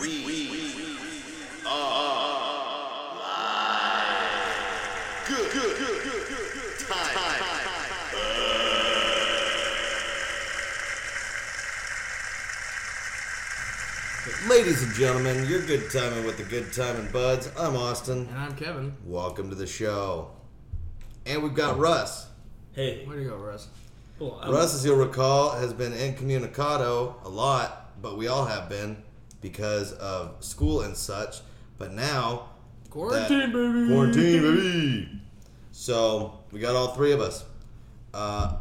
We, we, are live. Good, good, good, good, good. Time. Ladies and gentlemen, you're good timing with the good timing buds. I'm Austin. And I'm Kevin. Welcome to the show. And we've got Russ. Hey, Where to go, Russ? well, I'm- Russ, as you'll recall, has been incommunicado a lot, but we all have been because of school and such. But now, Quarantine, baby. quarantine, baby. So we got all three of us. Uh,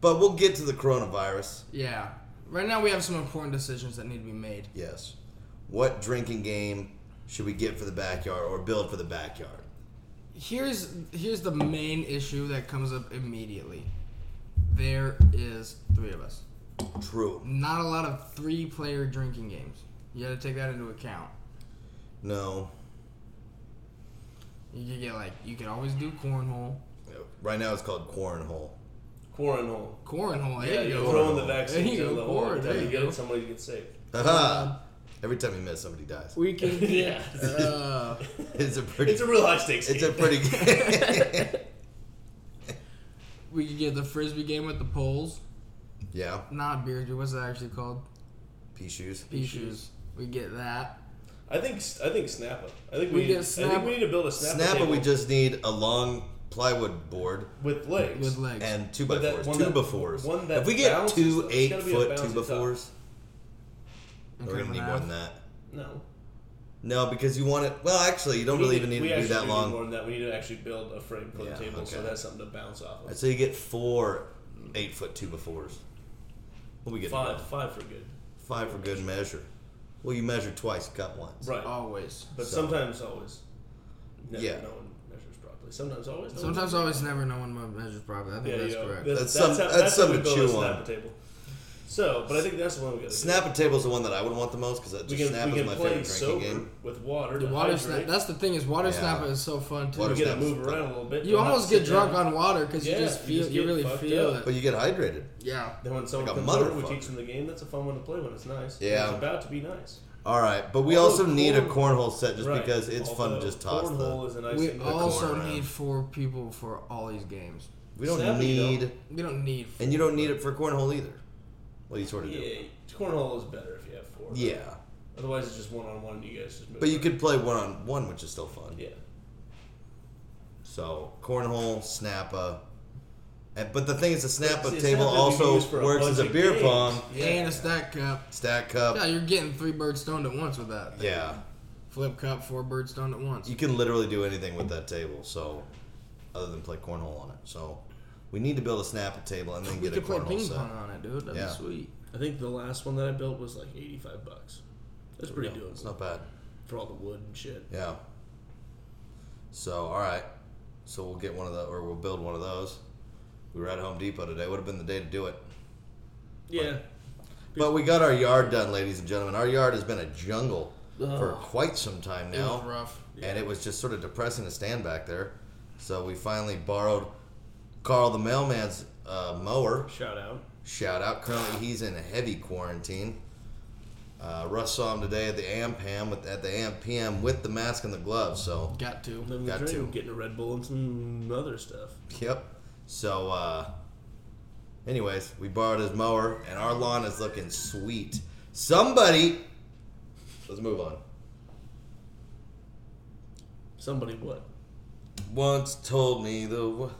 but we'll get to the coronavirus. Yeah. Right now we have some important decisions that need to be made. Yes. What drinking game should we get for the backyard or build for the backyard? Here's here's the main issue that comes up immediately. There is three of us. True. Not a lot of three-player drinking games. You got to take that into account. No. You could get like you could always do cornhole. Right now it's called cornhole. Coronal. Cornhole. Yeah, There you you're go. throwing the There vaccine you to go, the whole Cor- every there time you you get go. it, somebody gets sick. Um, Haha. Every time you miss, somebody dies. We can Yeah. get. uh, It's a pretty. It's a real high stakes It's a game. pretty. we could get the frisbee game with the poles. yeah. Not beer. What's that actually called? Pea shoes. Pea shoes. We get that. I think I think Snappa. I think We we, need, get I think Snappa. we need to build a Snappa, Snap, but table we just need a long plywood board with legs. With legs. and two by But that- fours. one Two that- by fours. one that If we get bounces, two though. It's eight gotta be a foot two bouncy by top. fours, and we're curve gonna need it more out. than that. No. No, because you want it. Well, actually, you don't really even need we to do actually that need More long. than that. We need to actually build a frame for Yeah, the table, so okay. that's something to bounce off of. So you get four eight foot two by fours. What we get? Five, five for good. Five for good measure. Well, you measure twice, you cut once. Right. Always. but so- sometimes always. Never, Yeah. No one measures properly. Sometimes always. no one- Sometimes always never no one measures properly. I think Yeah, that's yeah. correct. That's some- that's how we something to build a chew on. Snappa table. So, but I think that's the one we got to Snap and table is the one that I would want the most because We can, snap we is can my favorite play drinking sober game. with water. the to water hydrate. snap. That's the thing is water Yeah. snapper is so fun too. Water you get snap's to move fun. around a little bit. you don't have almost to get sit drunk down. on water because Yeah, you just you feel just you, get really fucked feel up. it. But you get hydrated. Yeah. Then when someone Like a comes over, we motherfucker. teach them the game. That's a fun one to play when it's nice. Yeah. It's about to be nice. All right, but we Although also need a Oh, corn- cornhole set just Right. because it's fun Although to just toss Cornhole the. is a nice We thing to also corner around. need four people for all these games. We don't Snap it, you need, don't. We don't need. Four. and you don't need it for cornhole either. Well, you sort of Yeah, do. cornhole is better if you have four. Yeah, Otherwise, it's just one on one. You guys just move. but you around. could play one on one, which is still fun. Yeah. So cornhole, snappa, and, but the thing is, the snappa See, table Snappa we also use for a works bunch as a of beer games. pong, Yeah. and a stack cup. stack cup. Yeah, you're getting three birds stoned at once with that. thing. yeah, Flip cup, four birds stoned at once. you can literally do anything with that table. So, other than play cornhole on it, so we need to build a snappa table and then we get a could play cornhole ping set. pong on it, dude. That'd Yeah. be sweet. I think the last one that I built was like 85 bucks. That's pretty Yeah, doable It's not bad. for all the wood and shit. Yeah. So all right, so we'll get one of the or we'll build one of those. We were at Home Depot today. Would have been the day to do it, Yeah. but we got our yard done, ladies and gentlemen. Our yard has been a jungle for Ugh. quite some time It was now, rough. and it was just sort of depressing to stand back there. So we finally borrowed Carl the mailman's uh, mower. Shout out. Shout out! Currently, he's in heavy quarantine. Uh, Russ saw him today at the AMPAM with at the AMPM with the mask and the gloves. So Got to. Living Got the dream, to. getting a Red Bull and some other stuff. Yep. So, uh, anyways, we borrowed his mower, and our lawn is looking sweet. Somebody, let's move on. Somebody what? Once told me the. W-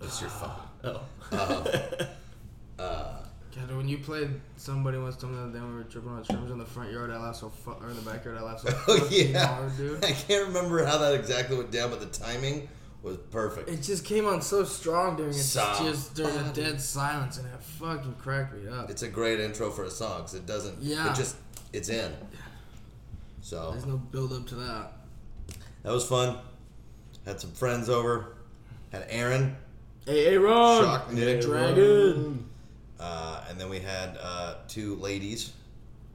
it's your phone. Oh. Uh, God, when you played somebody once told me that then we were tripping on scrims in the front yard, I laughed so fu- or in the backyard, I laughed so Oh fucking yeah. hard, dude. I can't remember how that exactly went down, but the timing was perfect. It just came on so strong during a, Somebody. just during a dead silence, and it fucking cracked me up. it's a great intro for a song because it doesn't. Yeah. It just it's in. So There's no build up to that. that was fun. Had some friends over. Had Aaron. Hey, hey, Ron! Shock Nick. Dragon! Uh, and then we had uh, two ladies,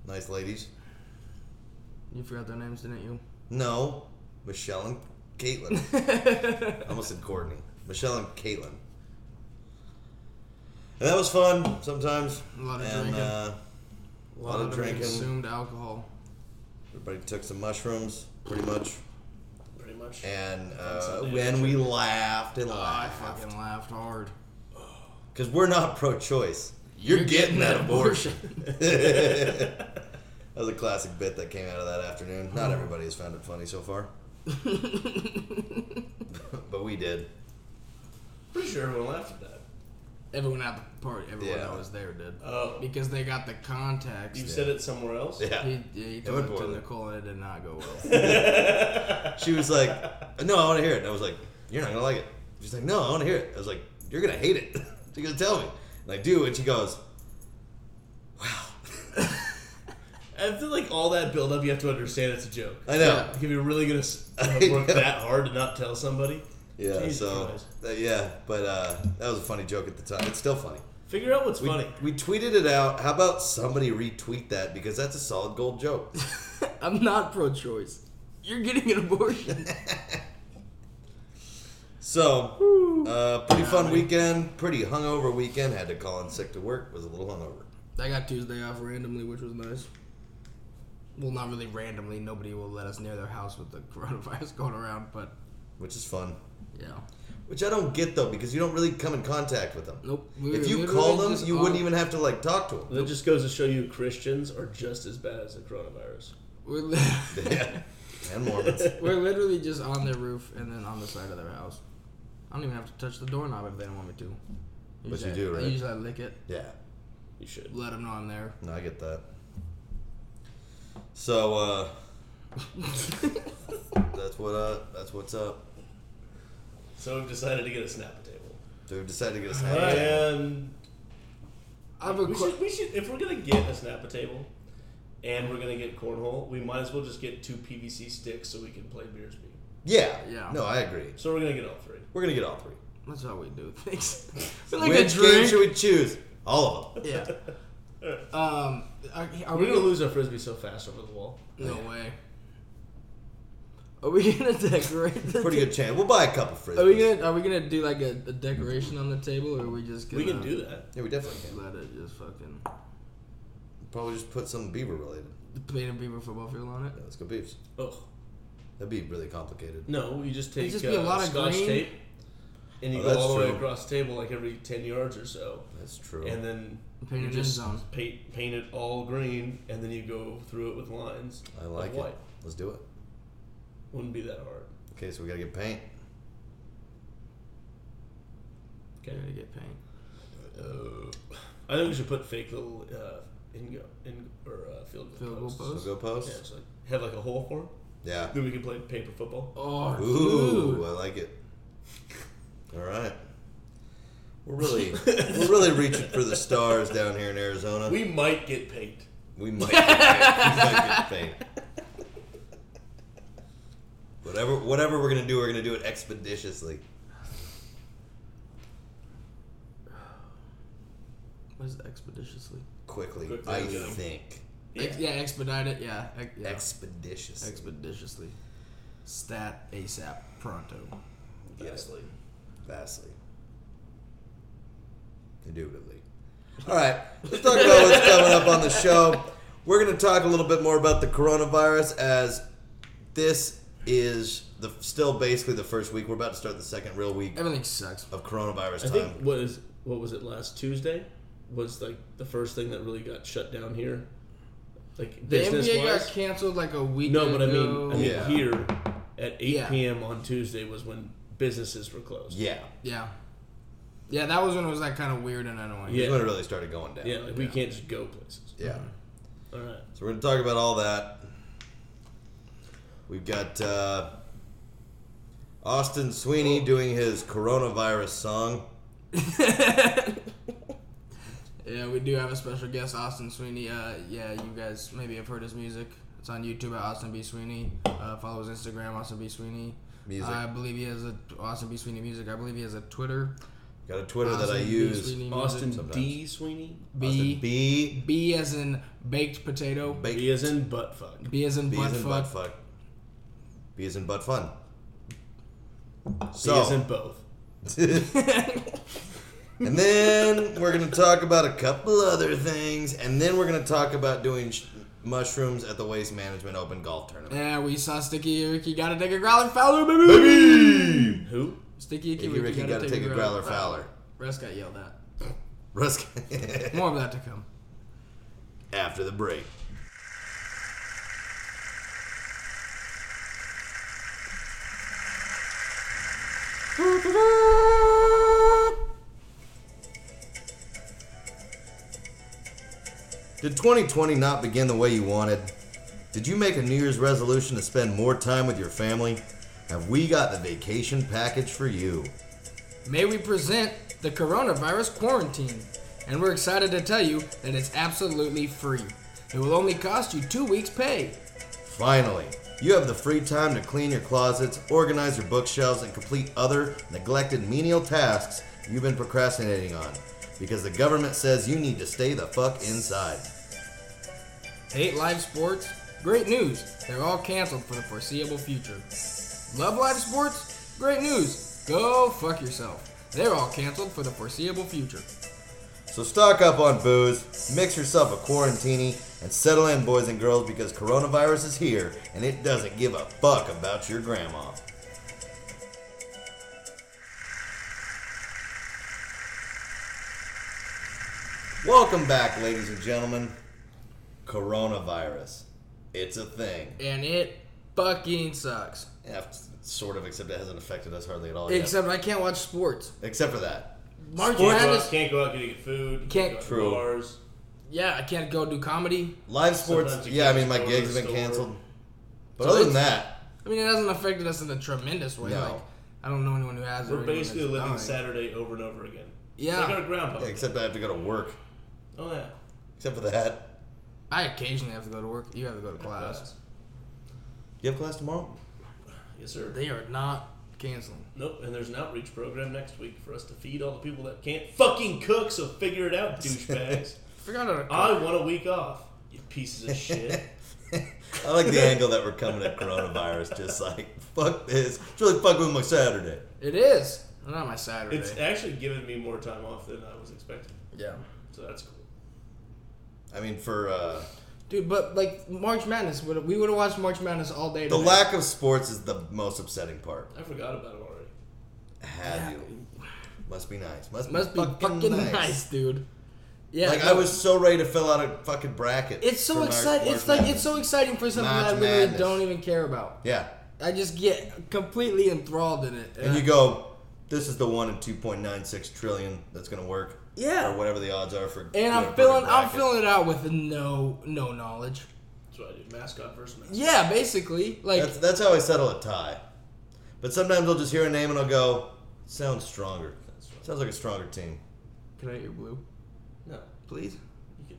nice ladies. You forgot their names, didn't you? No, Michelle and Caitlin. I almost said Courtney. Michelle and Caitlin. And that was fun sometimes. A lot of and, drinking. Uh, a lot, of, drinking. Consumed alcohol. Everybody took some mushrooms, pretty much, Pretty much. and That's uh, how they when we laughed and I laughed, fucking laughed hard. because we're not pro-choice. You're, getting, that abortion. that was a classic bit that came out of that afternoon. Not everybody has found it funny so far, but we did. Pretty sure everyone laughed at that. Everyone at the party, everyone Yeah. that was there did. Oh, Because they got the contacts. you said it somewhere else. Yeah. He, he went told it to poorly. Nicole and it did not go well. She was like, "No, I want to hear it." And I was like, "You're not gonna like it." She's like, "No, I want to hear it." I was like, "You're gonna hate it." She's gonna tell me, and I do, and she goes, I feel like all that build up, you have to understand it's a joke. "I know." If you're really gonna s- I work know. that hard to not tell somebody, Yeah. Jesus so Christ. uh, yeah, but uh, that was a funny joke at the time. It's still funny. figure out what's We, funny. We tweeted it out. How about somebody retweet that because that's a solid gold joke. I'm not pro-choice. You're getting an abortion. So, uh, pretty fun weekend. Pretty hungover weekend. Had to call in sick to work. Was a little hungover. I got Tuesday off randomly, which was nice. Well, not really randomly. Nobody will let us near their house with the coronavirus going around, but Which is fun. yeah. Which I don't get though, because you don't really come in contact with them. Nope. We If you literally called them, just you all- wouldn't even have to like talk to them. That just goes to show you Christians are just as bad as the coronavirus. We're, li- Yeah. and Mormons. we're literally just on their roof and then on the side of their house. I don't even have to touch the doorknob if they don't want me to. But you Usually I- do, right? I usually I lick it, Yeah. You should. let them know I'm there. No, I get that. So uh, that's what uh, that's what's up. So we've decided to get a snap table. So we decided to get a snap. And I have a we que- should, we should, if we're gonna get a snap table, and we're gonna get cornhole, we might as well just get two PVC sticks so we can play Beersby. Yeah. Yeah. No, I agree. So we're gonna get all three. We're gonna get all three. That's how we do things. like Which a game drink. should we choose? All of them. yeah. Um. Are, are We're we gonna gonna? lose our frisbee so fast over the wall. No way. Are we gonna decorate the? Pretty good chance. We'll buy a couple frisbees. Are we gonna Are we gonna do like a, a decoration on the table, or are we just gonna? We can do that. Yeah, we definitely can. Let it just fucking Probably just put some beaver related. paint a beaver football field on it. Yeah, let's go beavs. Oh That'd be really complicated. no, you just take It'd just be uh, a lot of scotch green. tape, and you Oh, go that's all the way true. across the table like every ten yards or so, That's true. and then Paint you an just end zone. paint paint it all green, and then you go through it with lines. I like of it. white. Let's do it. Wouldn't be that hard. Okay, so we gotta get paint. You're Okay. gonna get paint. Uh, I think we should put fake little uh, in go in or uh, field goal Field goal posts. So post. go post. Yeah, so like, have like a hole for 'em. Yeah. Then we can play paper football. Oh, Ooh, dude. I like it. All right. We're really we're really reaching for the stars down here in Arizona. We, We might get paint. might get paint. We might get paint. Whatever whatever we're gonna do, we're gonna do it expeditiously. What is expeditiously? Quickly, Quickly, I yeah. think. Yeah, Ex- yeah expedite it. Yeah. Ex- yeah. Expeditiously. expeditiously. Stat ASAP pronto. Vastly. Vastly. Indubitably. All right, let's talk about what's coming up on the show. We're going to talk a little bit more about the coronavirus as this is the still basically the first week. We're about to start the second real week Everything sucks. of coronavirus I time. Um, think what is what was it last Tuesday was like the first thing that really got shut down here, like The business NBA wise. got canceled like a week. no, but I ago. mean, I mean Yeah. here at eight Yeah. p.m. on Tuesday was when businesses were closed. yeah, yeah, yeah. That was when it was like kind of weird and annoying. yeah. Yeah. when it really started going down. Yeah, like we can't just go places. Yeah. All right. So we're going to talk about all that. We've got uh, Austin Oh. Sweeney doing his coronavirus song. Yeah, we do have a special guest, Austin Sweeney. Uh, yeah, you guys maybe have heard his music. It's on YouTube at Austin B Sweeney. Uh, follow his Instagram, Austin B Sweeney. Music. I believe he has a Austin B Sweeney music. I believe he has a Twitter. Got a Twitter that I Austin B. use. Sweeney music. Austin Sometimes. D. Sweeney. B. B B. B as in baked potato. Baked. He is in butt fuck. B as in B butt is in butt fuck. fuck. B is in butt fun. He is in So, both. and then we're gonna talk about a couple other things, and then we're gonna talk about doing sh- mushrooms at the Waste Management Open Golf Tournament. Yeah, we saw Sticky Ricky got to take a growler fowler, baby. Baby! Who? Sticky Ricky, Ricky, Ricky got to take a growler fowler. Russ got yelled at. Russ, More of that to come. after the break. Did 2020 not begin the way you wanted? Did you make a New Year's resolution to spend more time with your family? Have we got the vacation package for you? May we present the coronavirus quarantine. And we're excited to tell you that it's absolutely free. It will only cost you two weeks' pay. Finally, you have the free time to clean your closets, organize your bookshelves, and complete other neglected menial tasks you've been procrastinating on because the government says you need to stay the fuck inside. Hate live sports? Great news. They're all canceled for the foreseeable future. Love live sports? Great news. Go fuck yourself. They're all canceled for the foreseeable future. So stock up on booze, mix yourself a quarantini, and settle in, boys and girls, because coronavirus is here and it doesn't give a fuck about your grandma. Welcome back, ladies and gentlemen. Coronavirus. It's a thing. And it fucking sucks. Yeah, sort of, except it hasn't affected us hardly at all yet. Except I can't watch sports. Except for that. March Can't go, out, Madness. can't go out to get food. you Can't- go out to True. Bars. Yeah, I can't go do comedy. Live sports, Sometimes you yeah, I can't mean, my go to gigs the have been store. canceled. But So other than it's- that, I mean, it hasn't affected us in a tremendous way. No. Like, I don't know anyone who has. or We're anyone basically that's living dying. Saturday over and over again. Yeah. Like our groundhog. Yeah, except I have to go to work. Oh yeah. Except for that. I occasionally have to go to work. You have to go to class. You have class tomorrow? Yes, sir. They are not canceling. Nope, and there's an outreach program next week for us to feed all the people that can't fucking cook, so figure it out, douchebags. Forgot how to. I want a week off, you pieces of shit. I like the angle that we're coming at coronavirus. Just like, fuck this. It's really fucking with my Saturday. It is. Not my Saturday. It's actually given me more time off than I was expecting, yeah. so that's cool. I mean, for uh, Dude, but like March Madness, would we would have watched March Madness all day. the today. lack of sports is the most upsetting part. I forgot about it already. Have you? Must be nice. Must, must be fucking, nice. dude. Yeah, Like no, I was so ready to fill out a fucking bracket. It's for so Mar- exciting. March It's like it's Madness. so exciting for something March that I literally Madness. don't even care about. Yeah, I just get completely enthralled in it. and you go. This is the one in two point nine six trillion that's gonna work. Yeah. or whatever the odds are for. and for I'm a filling I'm bracket. filling it out with no no knowledge. That's what I did. Mascot versus mascot. Yeah, basically. Like That's, that's how I settle a tie. But sometimes I'll just hear a name and I'll go, sounds stronger. That's right. Sounds like a stronger team. Can I eat your blue? No, Please? you can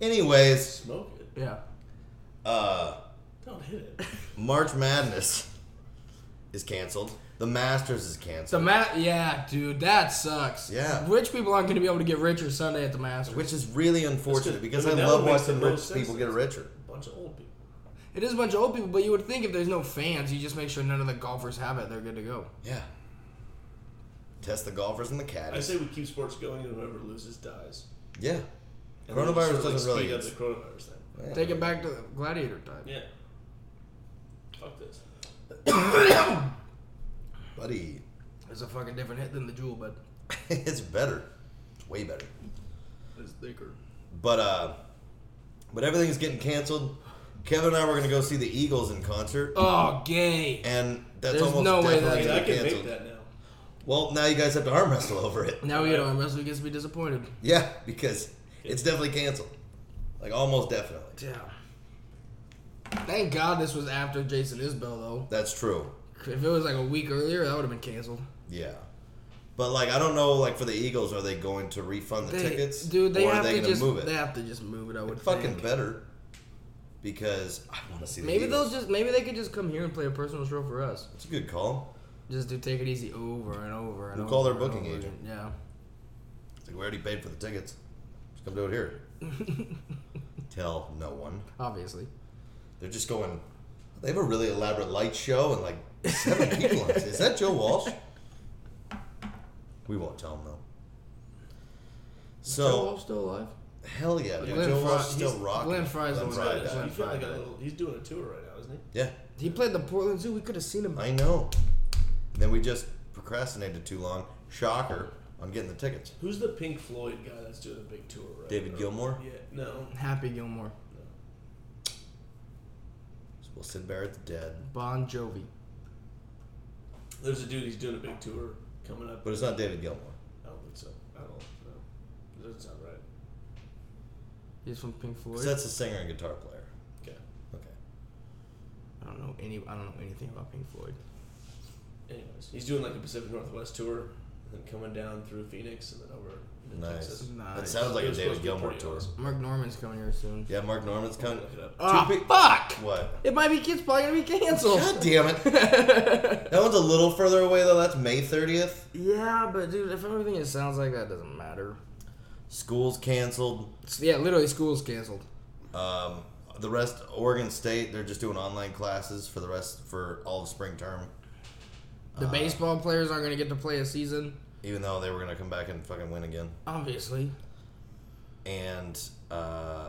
Anyways, smoke it. Yeah. uh, Don't hit it. March Madness is canceled. The Masters is So canceled. Matt yeah, dude, that sucks. Yeah. Rich people aren't gonna be able to get richer Sunday at the Masters. which is really That's unfortunate good. because I I mean, that love would make the watching rich most sense. people get richer. A bunch of old people. It is a bunch of old people, but you would think if there's no fans, you just make sure none of the golfers have it, they're good to go. Yeah. Test the golfers and the I caddies. say we keep sports going, and whoever loses dies. Yeah. And then we Coronavirus sort of, like, doesn't really speed up exist. the coronavirus thing. Yeah. Take it back to the gladiator time. Yeah. Fuck this. Buddy, It's a fucking different hit than the jewel, but it's better. It's way better. It's thicker. But uh, but everything's getting canceled. Kevin and I were gonna go see the Eagles in concert, Oh gay. and that's There's almost no way definitely I that- mean, I gonna can get canceled. make that now. Well, now you guys have to arm wrestle over it. Now we get on wrestle gets to be disappointed. Yeah, because it's definitely canceled. Like almost definitely. Yeah. Thank God this was after Jason Isbell though. That's true. If it was like a week earlier, that would have been canceled. Yeah. But like I don't know, like for the Eagles, are they going to refund the They- tickets? dude. They or have are they to gonna just move it? they have to just move it. I would Fucking think. better. Because I want to see the Maybe Eagles. they'll just maybe they could just come here and play a personal show for us. It's a good call. Just do take it easy over and over and We'll over. call their and booking over. agent. Yeah. It's like we already paid for the tickets. Just come do it here. Tell no one. Obviously. They're just going. They have a really elaborate light show and like seven people. on it. Is that Joe Walsh? We won't tell him though. Joe So Walsh still alive? Hell yeah, dude. Glenn Joe Fry- Walsh is still he's- rocking. Glenn Fry's the Glenn one Fry that- died. Glenn He's got Fry like a died. little. He's doing a tour right now, isn't he? Yeah, He played the Portland Zoo. We could have seen him. I know. Then we just procrastinated too long. Shocker on getting the tickets. Who's the Pink Floyd guy that's doing a big tour right David now? Gilmour? Yeah, no. Happy Gilmore, Well, Sid Barrett's dead, Bon Jovi. There's a dude he's doing a big tour coming up. but it's not David Gilmour. I don't think so. I don't know. It doesn't sound right. He's from Pink 'Cause Floyd. that's a singer and guitar player. Okay. Okay. I don't know any. I don't know anything about Pink Floyd. Anyways, he's doing like a Pacific Northwest tour, and then coming down through Phoenix and then over to Nice. Texas. Nice. That sounds like It a was supposed David to be Gilmour pretty tour. awesome. Mark Norman's coming here soon. Yeah, Mark Norman's Look coming. it up. Ah, pe- fuck! What? It might be. It's probably gonna be canceled. God damn it. that one's a little further away though. That's May 30th. yeah, but dude, if everything it sounds like that doesn't matter. School's canceled. It's- yeah, literally, school's canceled. Um, the rest, Oregon State, they're just doing online classes for the rest for all of spring term. The baseball players aren't gonna get to play a season. Even though they were gonna come back and fucking win again. Obviously, and uh,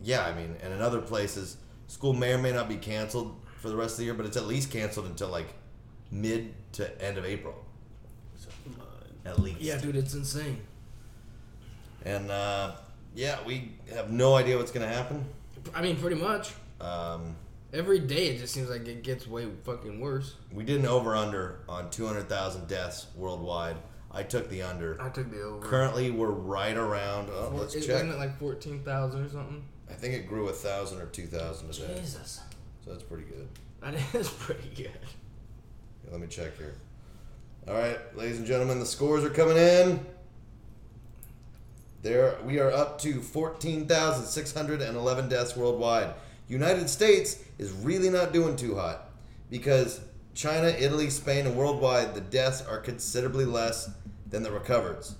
yeah, I mean, and in other places, school may or may not be canceled for the rest of the year, but it's at least canceled until like mid to end of April, So, come on. at least. yeah, dude, it's insane. And uh, yeah, we have no idea what's gonna happen. I mean, pretty much Um, every day it just seems like it gets way fucking worse. we did an over under on two hundred thousand deaths worldwide. I took the under. I took the over. Currently, we're right around. Oh, Four- let's it- check. Wasn't it like fourteen thousand or something? I think it grew a thousand or two thousand today, Jesus, so that's pretty good. that is pretty good. Here, let me check here. All right, ladies and gentlemen, the scores are coming in. There we are up to 14,611 deaths worldwide. United States is really not doing too hot because China, Italy, Spain, and worldwide the deaths are considerably less than the recovers.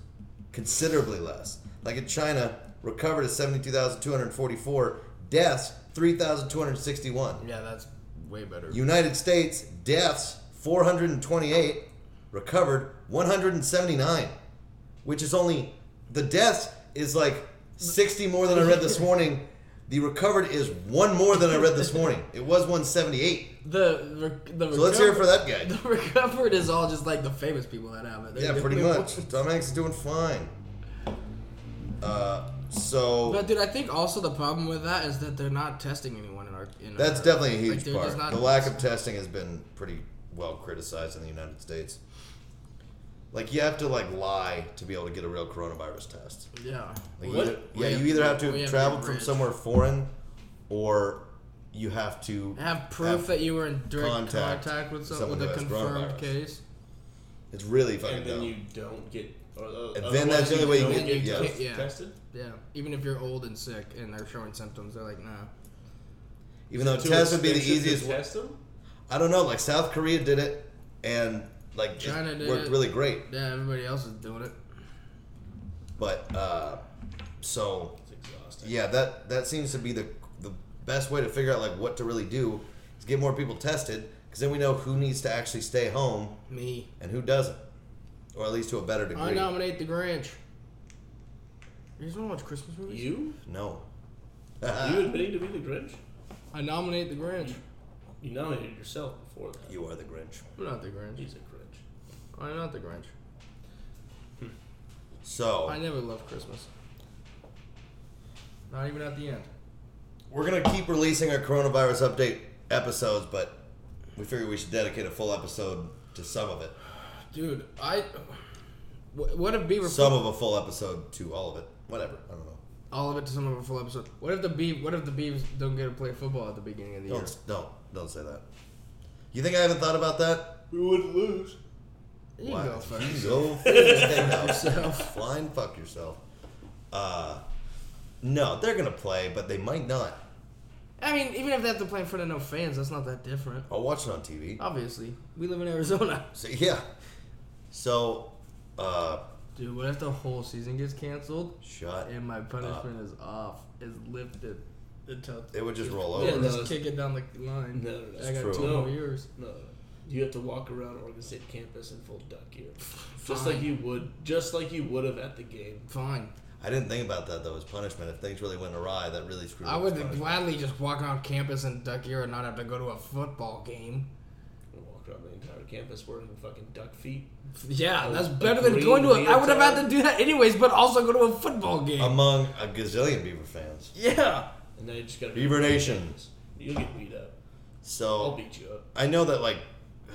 Considerably less. Like in China, recovered is 72,244 deaths, 3,261. Yeah, that's way better. United States deaths 428, recovered 179, which is only the deaths is like 60 more than I read this morning. The recovered is one more than I read this morning. It was 178. The the So let's hear it for that guy. The recovered is all just like the famous people that have it. They- Yeah, they- pretty they- much. Tom Hanks is doing fine. Uh, so But dude, I think also the problem with that is that they're not testing anyone in our. In that's our- definitely a like, huge they're part. just not- The lack of testing has been pretty well criticized in the United States. Like you have to like lie to be able to get a real coronavirus test. Yeah. Like, What? Either, yeah, We you have- either have to we have have traveled to from bridge. somewhere foreign, or you have to Have proof that you were in direct contact contact, with some, someone with a who has confirmed coronavirus. case. It's really fucking And then dumb. you don't get. Or, uh, And then that's the only way you don't get- get yeah. test- Yeah. tested. Yeah. Even if you're old and sick and they're showing symptoms, they're like, nah. Even though Too tests would be the expensive to easiest. Test them. I don't know. Like South Korea did it, and like it China did worked it. really great. Yeah, everybody else is doing it. But uh, so It's exhausting. yeah, that that seems to be the the best way to figure out like what to really do is get more people tested because then we know who needs to actually stay home Me. and who doesn't, or at least to a better degree. I nominate the Grinch. You guys want to watch Christmas movies? You? No. Uh-huh. you admitting to be the Grinch? I nominate the Grinch. You nominated yourself before that. You are the Grinch. I'm not the Grinch. He's a Grinch. I'm not the Grinch. So Oh. I never loved Christmas. Not even at the end. we're gonna keep releasing our coronavirus update episodes, but we figured we should dedicate a full episode to some of it. Dude, I. Wh- What if Beaver? Some of a full episode to all of it. Whatever. I don't know. all of it to some of a full episode. What if the Beavs? What if the Beavs don't get to play football at the beginning of the year? Don't don't don't say that. You think I haven't thought about that? We wouldn't lose. You Why? can go fuck You go fucking yourself. Flying fuck yourself. Uh, no, they're gonna play, but they might not. I mean, even if they have to play in front of no fans, that's not that different. I'll watch it on Oh. TV. Obviously, we live in Arizona. So yeah. So, uh, Dude, what if the whole season gets canceled shut. and my punishment is off, is lifted until It would just roll yeah, over. just No, kick it down the line. No, no, no, I it's got true. two No. more years. No. You have to walk around Oregon State campus in full duck gear, just Fine. like you would, just like you would have at the game. Fine. I didn't think about that though as punishment. If things really went awry, that really screwed. I up would his punishment. gladly just walk around campus in duck year and not have to go to a football game. I walked around the entire campus wearing fucking duck feet. Yeah, A- that's a better than green going to a. I would have had leotard. to do that anyways, but also go to a football game. among a gazillion Beaver fans. Yeah. And now you just gotta Beaver Nation. Oh. You'll get beat up. I'll So beat you up. I know that like,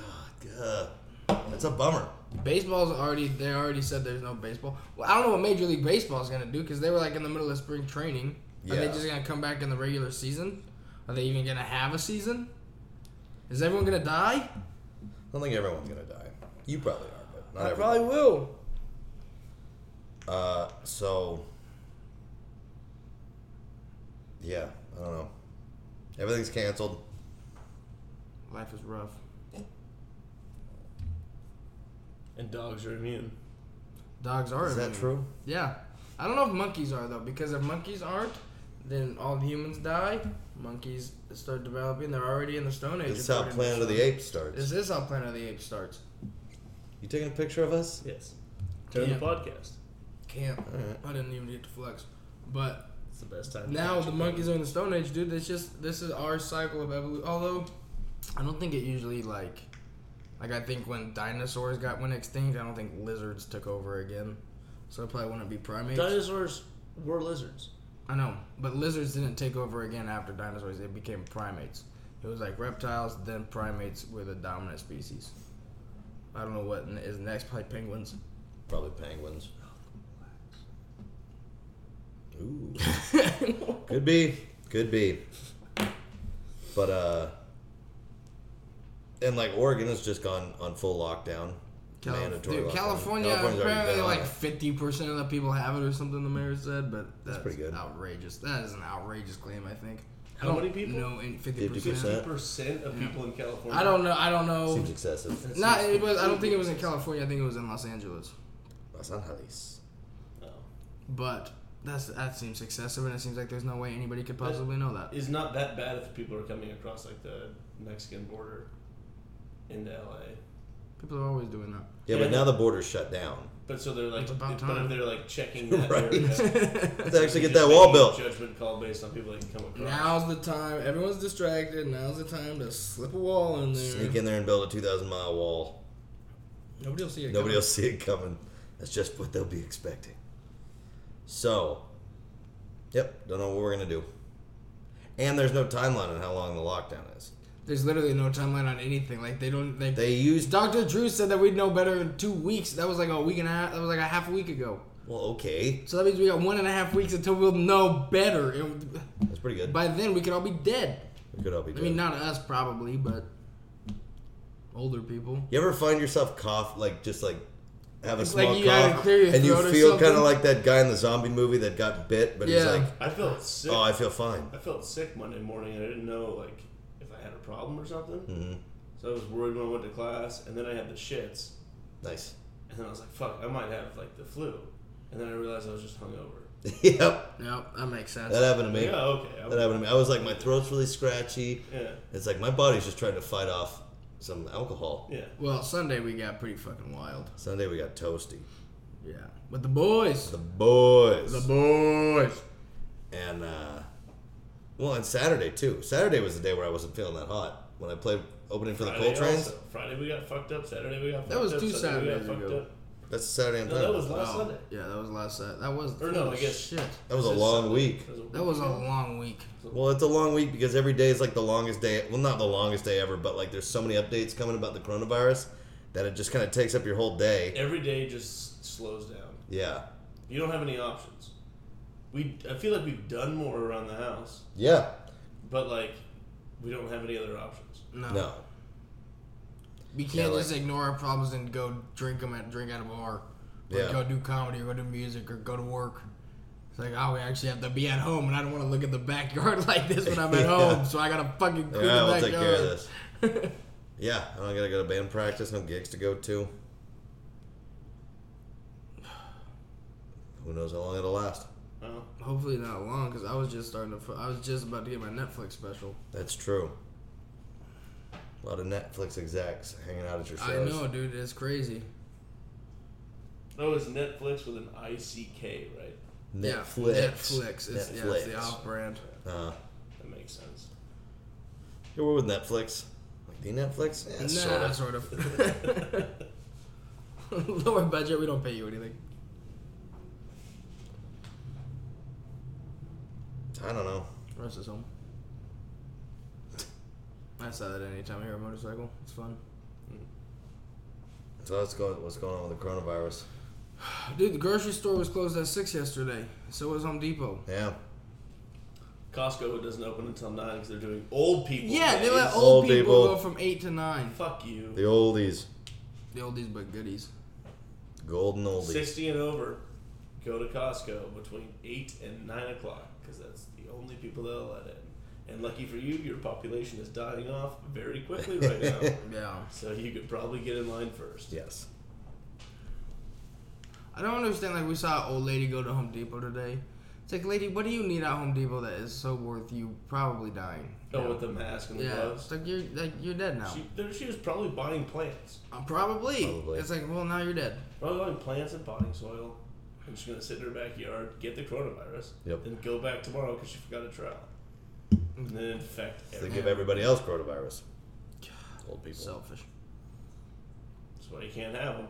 ugh, ugh, that's a bummer. Baseball's already. They already said there's no baseball. Well, I don't know what Major League Baseball's gonna do because they were like in the middle of spring training. Are they Yeah. just gonna come back in the regular season? Are they even gonna have a season? Is everyone gonna die? I don't think everyone's gonna die. You probably are, but not I everyone. probably will. Uh, so yeah, I don't know. Everything's canceled. Life is rough. And dogs are immune. Dogs are. Is that immune. true? Yeah. I don't know if monkeys are though, because if monkeys aren't, then all the humans die. Monkeys start developing. They're already in the Stone Age. This is how according to Planet of the some- Apes starts. This is how Planet of the Apes starts. You taking a picture of us? Yes. During Yeah. the podcast. Camp. Alright. I didn't even get to flex, but It's the best time. to now catch the a monkeys are in the Stone Age, dude. It's just this is our cycle of evolution. Although, I don't think it usually like, like I think when dinosaurs got went extinct, I don't think lizards took over again. So it probably wouldn't be primates. Dinosaurs were lizards. I know, but lizards didn't take over again after dinosaurs. They became primates. It was like reptiles, then primates were the dominant species. I don't know what n- is next. Probably penguins. Probably penguins. Ooh. Could be. Could be. But uh and like Oregon has just gone on full lockdown. Calif- Mandatory dude, lockdown. California, California's already apparently been on like it. fifty percent of the people have it or something. The mayor said, but that's, pretty good. Outrageous. That is an outrageous claim. I think. How many people? No, fifty 50%. percent. That- percent of people in California. I don't know. I don't know. seems excessive. Not. It was. I don't think it was in California. I think it was in Los Angeles. That's not how these Oh. But that's that seems excessive, and it seems like there's no way anybody could possibly know that. It's not that bad if people are coming across like the Mexican border into LA. People are always doing Yeah, but now the border's shut down. But so they're like, It's about but time. if they're like checking that Right. area, that. Let's actually you get just that wall make a built. Judgment call based on people that can come across. now's the time. Everyone's distracted. Now's the time to slip a wall in there. Sneak in there and build a two thousand mile wall. Nobody will see it. Nobody coming. will see it coming. That's just what they'll be expecting. So, yep, don't know what we're gonna do. And there's no timeline on how long the lockdown is. There's literally no timeline on anything. Like they don't. They. They used Dr. Drew said that we'd know better in two weeks. That was like a week and a half. That was like a half a week ago. well, okay, So that means we got one and a half weeks until we'll know better. And that's pretty good. by then we could all be dead. We could all be I dead. mean, not us probably, but older people. you ever find yourself cough like just like have a It's small like you gotta cough clear your and you throat or feel kind something. of like that guy in the zombie movie that got bit, but he's Yeah. like, I felt sick. "Oh, I I feel fine." felt sick Monday morning, and I didn't know like if I had a problem or something. Mhm. So I was worried when I went to class, and then I had the shits, Nice. and then I was like, "Fuck, I might have like the flu," and then I realized I was just hungover. yep, Yep, that makes sense. that happened to me. Yeah, okay. I That happened to me. I was like, my throat's really scratchy. yeah, It's like my body's just trying to fight off some alcohol. yeah. Well, Sunday we got pretty fucking wild. Sunday we got toasty. Yeah. With the boys. The boys. boys. and uh well, and Saturday too. Saturday was the day where I wasn't feeling that hot when I played opening for the Friday Coltrane's. also. Friday we got fucked up. Saturday we got fucked That was up. two Sunday Saturdays we got fucked ago. up. That's Saturday and No, that Sunday. was last Sunday. Oh, Yeah, that was last Sat. That was. Or no, I holy guess- Shit. that was a This long Sunday. week. That was a long week. Well, it's a long week because every day is like the longest day. Well, not the longest day ever, but like there's so many updates coming about the coronavirus that it just kind of takes up your whole day. Every day just slows down. Yeah. You don't have any options. We I feel like we've done more around the house, Yeah. but like we don't have any other options. No. No. We can't Yeah, just ignore our problems and go drink them at drink at a bar. Or Yeah. Go do comedy or go do music or go to work. It's like, oh, we actually have to be at home, and I don't want to look at the backyard like this when I'm at Yeah. home, so I gotta fucking clean Yeah, the we'll take backyard. care of this. Yeah, I don't gotta go to band practice. No gigs to go to. Who knows how long it'll last? Oh, Hopefully not long, because I was just starting to. fu- I was just about to get my Netflix special. That's true. A lot of Netflix execs hanging out at your I shows. know, dude. It's crazy. that was Netflix with an I C K, right? Netflix. Yeah, Netflix. It's, Yeah, it's the Netflix. off brand. Uh, That makes sense. you were with Netflix. Like the Netflix? Yeah, Nah, sort of. sort of. Lower budget, we don't pay you anything. I don't know. Russ is home. I saw that anytime I hear a motorcycle. It's fun. So what's going what's going on with the coronavirus? Dude, the grocery store was closed at 6 yesterday. So was Home Depot. Yeah. Costco doesn't open until nine because they're doing old people. Yeah, they let days. old, Old people, people. go from 8 to 9. Fuck you. The oldies. The oldies but goodies. Golden oldies. Sixty and over, go to Costco between eight and nine o'clock because that's the only people that'll let in. And lucky for you, your population is dying off very quickly right now, Yeah. so you could probably get in line first. Yes. I don't understand. Like, we saw an old lady go to Home Depot today. It's like, lady, what do you need at Home Depot that is so worth you probably dying? Oh, with the mask and the Yeah, it's gloves. like you're like you're dead now. She, there, she was probably buying plants. Uh, probably. Probably. It's like, well, now you're dead. Probably buying plants and potting soil. And she's gonna sit in her backyard, get the coronavirus, Yep. and go back tomorrow because she forgot a trowel, and then infect They everyone. give everybody else coronavirus. Old people. Selfish. That's why you can't have them,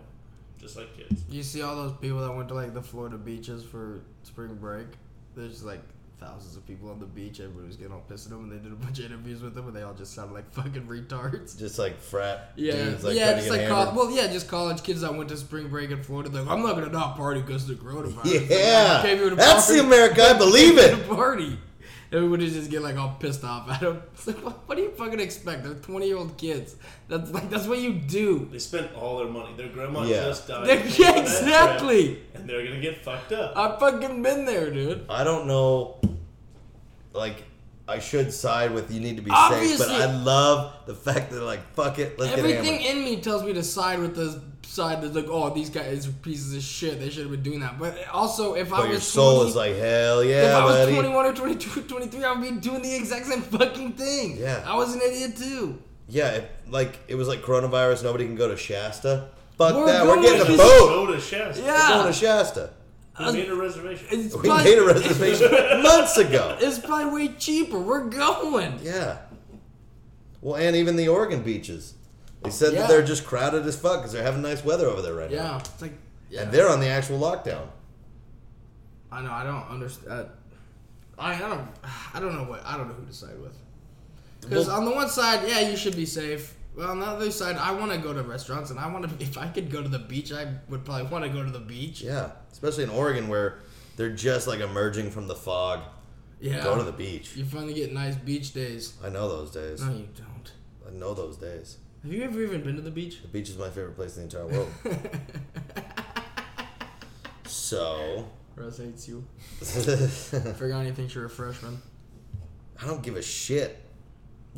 just like kids. You see all those people that went to like the Florida beaches for spring break. There's like thousands of people on the beach. Everybody was getting all pissed at them, and they did a bunch of interviews with them, and they all just sounded like fucking retards. Just like frat Yeah, dudes like yeah, trying to just get like hammered. col- well, yeah, just college kids that went to spring break in Florida. They're like, I'm not gonna not party because the coronavirus. Like, I came here Yeah. to That's party. the America I believe at in. a party. Everybody just get like all pissed off at him. It's like, what, what do you fucking expect? They're twenty year old kids. That's like that's what you do. They spent all their money. Their grandma Yeah. just died. They- They paid for that exactly. Uh, trip, and they're gonna get fucked up. I've fucking been there, dude. I don't know. Like, I should side with you need to be safe, Obviously. but I love the fact that like fuck it, let's get Everything hammered. in me tells me to side with the side that's like, oh, these guys are pieces of shit. They should have been doing that. But also, if I But was your soul 20, is like hell if yeah, I was buddy. twenty one or 22, 23, I would be doing the exact same fucking thing. Yeah. I was an idiot too. Yeah, it, like it was like coronavirus. Nobody can go to Shasta. Fuck We're that. We're going getting to a boat. Go to Shasta. Yeah. We're going to Shasta. Who made a reservation? It's We probably, made a reservation months ago. It's probably way cheaper. We're going. Yeah. Well, and even the Oregon beaches. They said Yeah. that they're just crowded as fuck because they're having nice weather over there right Yeah, now. it's like yeah. And they're on the actual lockdown. I know. I don't understand. I, I don't. I don't know what. I don't know who to side with. Because Well- on the one side, yeah, you should be safe. Well, on the other side, I want to go to restaurants and I want to. If I could go to the beach, I would probably want to go to the beach. Yeah, especially in Oregon where they're just like emerging from the fog. Yeah. Go to the beach. You finally get nice beach days. I know those days. No, you don't. I know those days. Have you ever even been to the beach? The beach is my favorite place in the entire world. so, Russ hates you. I I forgot he thinks you're a freshman. don't give a shit.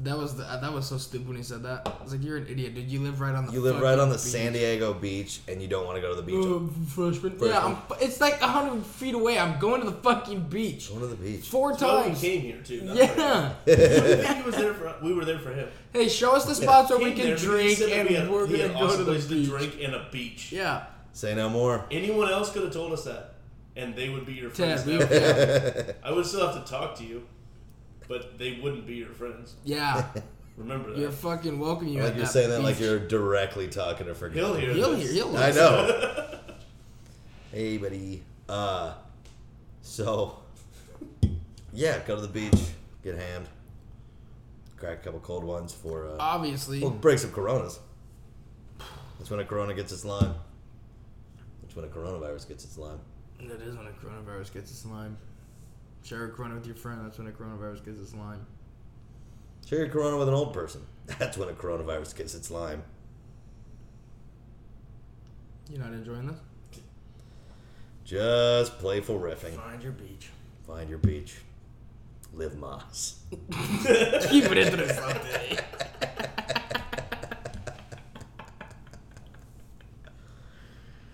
That was the, that was so stupid when he said that. I was like, you're an idiot, dude. You live right on the. You live right on fucking the beach. San Diego beach and you don't want to go to the beach. Uh, freshman. Freshman. Yeah, I'm, it's like hundred feet away. I'm going to the fucking beach Go to the beach. four That's why we times. came here too. not Yeah. for him. He was there for, we were there for him. hey, show us the spots where He we came there can because he drink, said that and we had- we're he had gonna go awesome to the places beach. to drink and a beach. Yeah. Say no more. Anyone else could have told us that, and they would be your friends. Ted, we, Now. yeah. I would still have to talk to you, but they wouldn't be your friends. Yeah. Remember that. You're fucking welcome. You Like at you're saying that like beach. you're directly talking to forget. He'll hear You'll this. hear. You'll I listen. know. hey, buddy. Uh, so yeah, go to the beach, get hammed, crack a couple cold ones for Ah. uh, Obviously. well, break some Coronas. That's when a Corona gets its lime. That's when a coronavirus gets its lime. That is when a coronavirus gets its lime. Share a corona with your friend. That's when a coronavirus gets its lime. Share your Corona with an old person. That's when a coronavirus gets its lime. You're not enjoying this? Just playful riffing. Find your beach. Find your beach. Live Moss. Keep it interesting.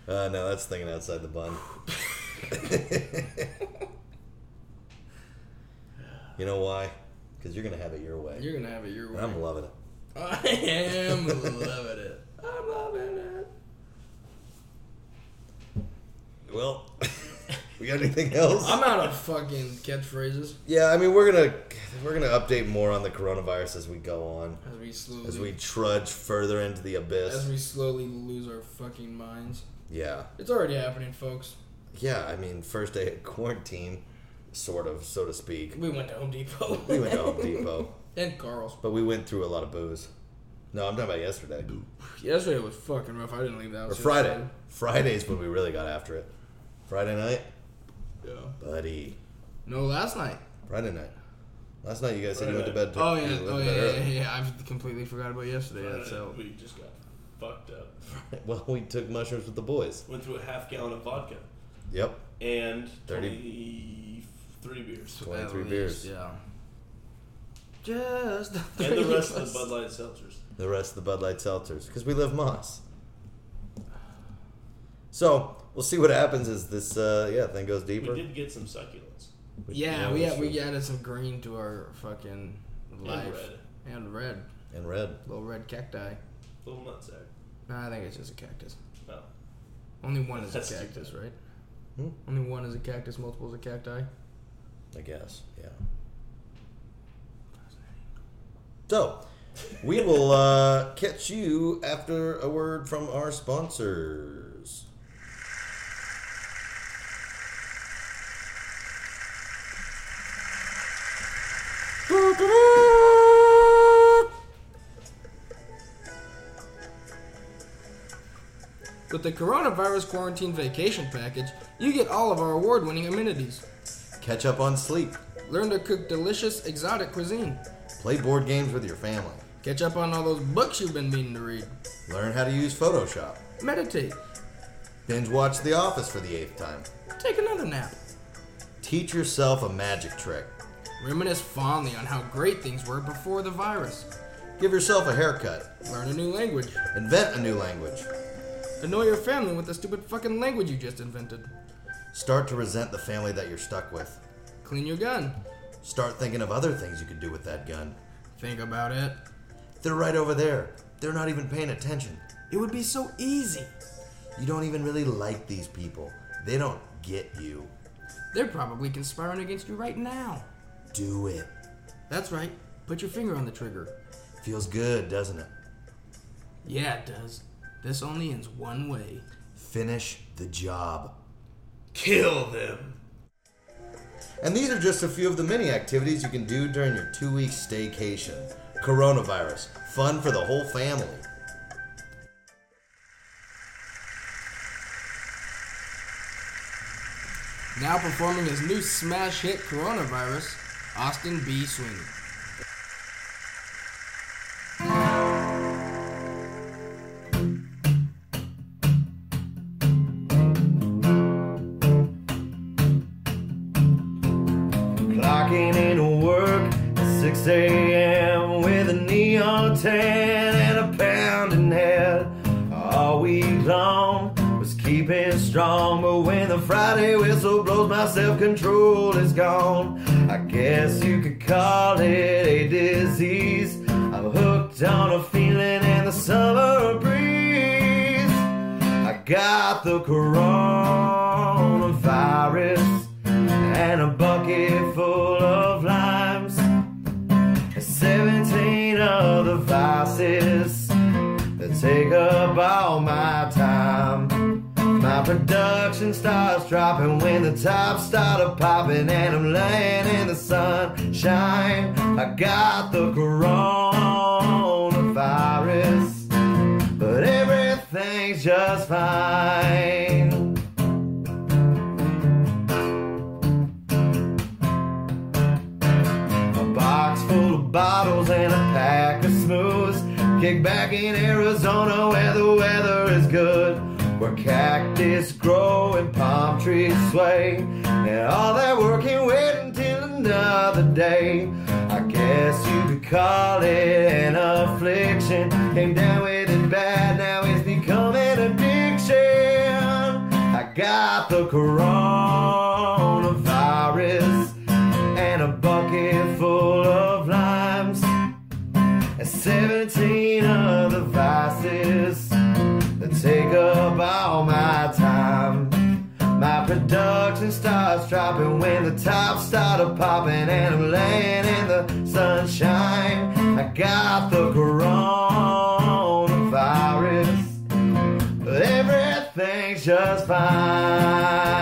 Uh, no, that's thinking outside the bun. you know why? Because you're gonna have it your way. You're gonna have it your way. I'm loving it. I am loving it. I'm loving it. Well, We got anything else? I'm out of fucking catchphrases yeah, I mean we're gonna we're gonna update more on the coronavirus as we go on, as we slowly as we trudge further into the as abyss. we slowly lose our fucking minds. Yeah, It's already happening, folks. yeah. I mean first day of quarantine, sort of, so to speak. We went to Home Depot. We went to Home Depot, and Carl's. but we went through a lot of booze. No, I'm talking about yesterday Yesterday was fucking rough. I didn't leave the house. or Friday. yesterday. Friday's when we really got after it. Friday night, Yeah. buddy. No, last night. Friday night. Last night you guys said you went Friday to bed. Oh you yeah. went to Oh bed yeah. Yeah. early. yeah, yeah. I've completely forgot about yesterday. That's out. uh, We just got fucked up. Well, we took mushrooms with the boys. Went through a half gallon of vodka Yep. and Thirty. 23 beers. 23 At least, beers. Yeah. Just the And the three rest of us. the Bud Light seltzers. The rest of the Bud Light seltzers because we live Moss. So we'll see what happens as this uh, yeah thing goes deeper. We did get some succulents. Which- Yeah, we that's had, we true. added some green to our fucking life red. and red, and red. little red cacti. Little nutsack. No, I think it's just a cactus. No. Only one is a That's too cactus, bad. right? Hmm? Only one is a cactus. Multiple is a cacti. I guess yeah. So we will uh, catch you after a word from our sponsors. With the coronavirus quarantine vacation package, you get all of our award-winning amenities. Catch up on sleep. Learn to cook delicious exotic cuisine. Play board games with your family. Catch up on all those books you've been meaning to read. Learn how to use Photoshop. Meditate. Binge watch The Office for the eighth time. Take another nap. Teach yourself a magic trick. Reminisce fondly on how great things were before the virus. Give yourself a haircut. Learn a new language. Invent a new language. Annoy your family with the stupid fucking language you just invented. Start to resent the family that you're stuck with. Clean your gun. Start thinking of other things you could do with that gun. Think about it. They're right over there. They're not even paying attention. It would be so easy. You don't even really like these people. They don't get you. They're probably conspiring against you right now. Do it. That's right. Put your finger on the trigger. Feels good, doesn't it? Yeah, it does. This only ends one way. Finish the job. Kill them. And these are just a few of the many activities you can do during your two week staycation. Coronavirus, fun for the whole family. Now performing his new smash hit Coronavirus, Austin B. Sweeney. Clocking into work at 6 a.m. with a neon tan and a pounding head. All week long was keeping strong, but when the Friday whistle blows, my self control is gone. I guess you could call it a disease. I'm hooked on a feeling and the summer breeze. I got the coronavirus and a bucket full of limes and 17 other vices that take up all my time. My production starts dropping when the tops start a popping and I'm laying in the sunshine. I got the coronavirus but everything's just fine. A box full of bottles and a pack of smooths. Kick back in Arizona where the weather is good. Where cactus grow and palm trees sway. And all that work and waiting till another day. I guess you could call it an affliction. Came down with it bad, now it's become an addiction. I got the coronavirus and a bucket full of limes and 17 other vices that take up all my time. My production starts. the top started popping and I'm laying in the sunshine. I got the coronavirus, but everything's just fine.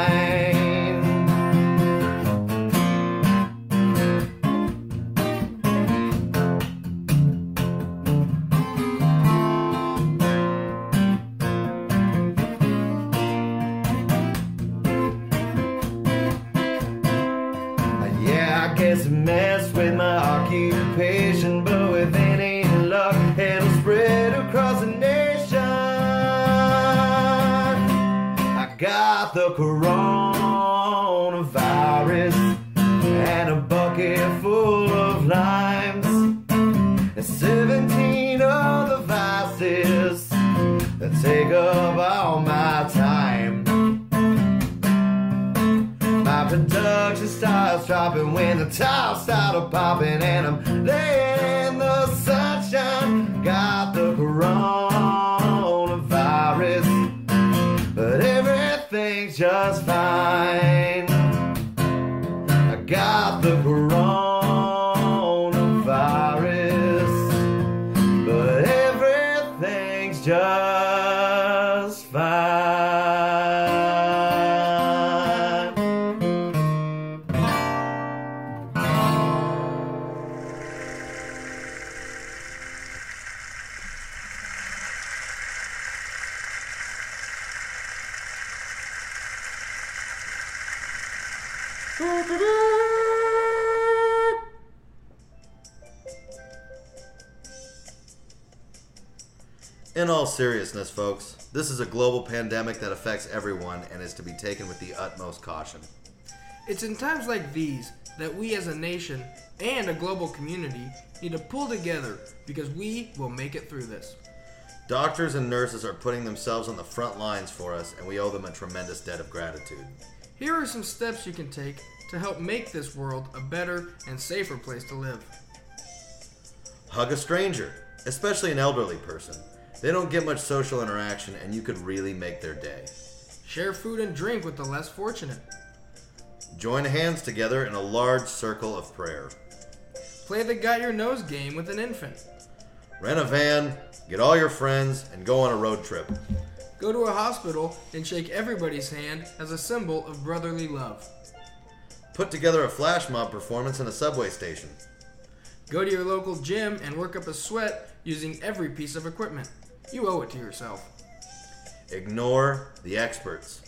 Yeah, I guess it messed with my occupation, but with any luck, it'll spread across the nation. I got the coronavirus and a bucket full of limes and 17 other vices that take up all my time. My production starts dropping when the tops start popping and I'm laying in the sunshine. Got the coronavirus, but everything's just fine. I got the coronavirus, but everything's just fine. In all seriousness, folks, this is a global pandemic that affects everyone and is to be taken with the utmost caution. It's in times like these that we as a nation and a global community need to pull together because we will make it through this. Doctors and nurses are putting themselves on the front lines for us, and we owe them a tremendous debt of gratitude. Here are some steps you can take to help make this world a better and safer place to live. Hug a stranger, especially an elderly person. They don't get much social interaction, and you could really make their day. Share food and drink with the less fortunate. Join hands together in a large circle of prayer. Play the Got Your Nose game with an infant. Rent a van, get all your friends, and go on a road trip. Go to a hospital and shake everybody's hand as a symbol of brotherly love. Put together a flash mob performance in a subway station. Go to your local gym and work up a sweat using every piece of equipment. You owe it to yourself. Ignore the experts.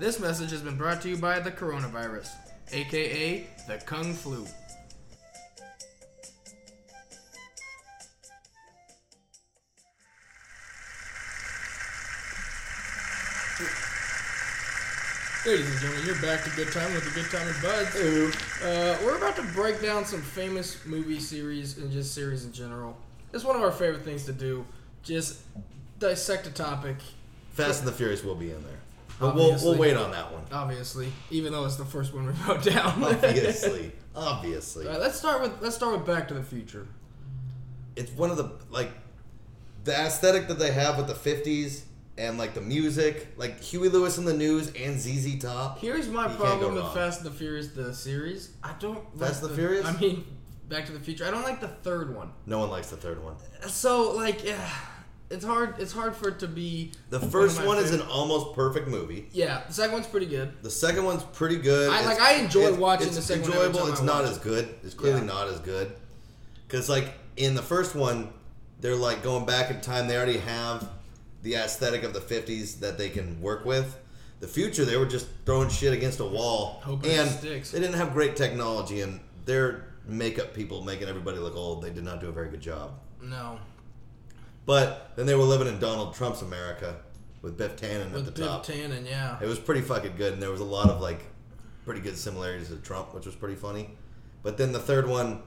This message has been brought to you by the coronavirus, aka the Kung Flu. Ladies and gentlemen, you're back to Good Time with the Good Time and Buds. Uh, we're about to break down some famous movie series and just series in general. It's one of our favorite things to do. Just dissect a topic, Fast and the Furious will be in there. But we'll, Obviously. we'll wait on that one. obviously, even though it's the first one we wrote down. Obviously. Obviously. All right, let's start with let's start with Back to the Future. it's one of the like the aesthetic that they have with the 50s and like the music like huey lewis in the news and zz top Here's my You can't problem go with wrong. Fast and the Furious the series. I don't like Fast and the Furious? I mean, Back to the Future. I don't like the third one. no one likes the third one So like, eh, it's hard. It's hard for it to be the first of my one is an favorite- almost perfect movie Yeah, the second one's pretty good. the second one's pretty good I- like, I enjoy watching the second one every enjoyable time it's I not watch as good it's clearly Yeah. not as good because like in the first one they're like going back in time they already have the aesthetic of the 50s that they can work with the future they were just throwing shit against a wall Hoping it and sticks. they didn't have great technology and their makeup people making everybody look old they did not do a very good job No, but then they were living in donald trump's america with biff tannen with at the Biff top Tannen, yeah. it was pretty fucking good, and there was a lot of like pretty good similarities to Trump, which was pretty funny. But then the third one,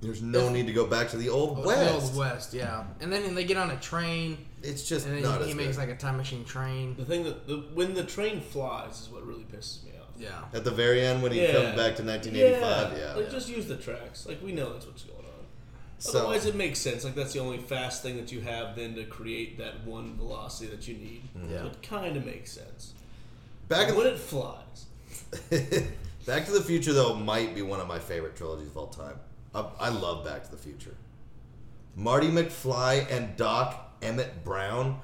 there's no need to go back to the old Wild west. Oh, West, yeah. And then they get on a train, It's just and not then he as makes good. like a time machine train. The thing that the, when the train flies is what really pisses me off. Yeah. At the very end, when he Yeah. comes back to 1985, yeah. Like just use the tracks. Like we know that's what's going on. So- Otherwise, it makes sense. Like that's the only fast thing that you have then to create that one velocity that you need. Yeah. It kind of makes sense. Mm-hmm. back in When it flies, the, Back to the Future though might be one of my favorite trilogies of all time. I, I love Back to the Future. Marty McFly and Doc Emmett Brown.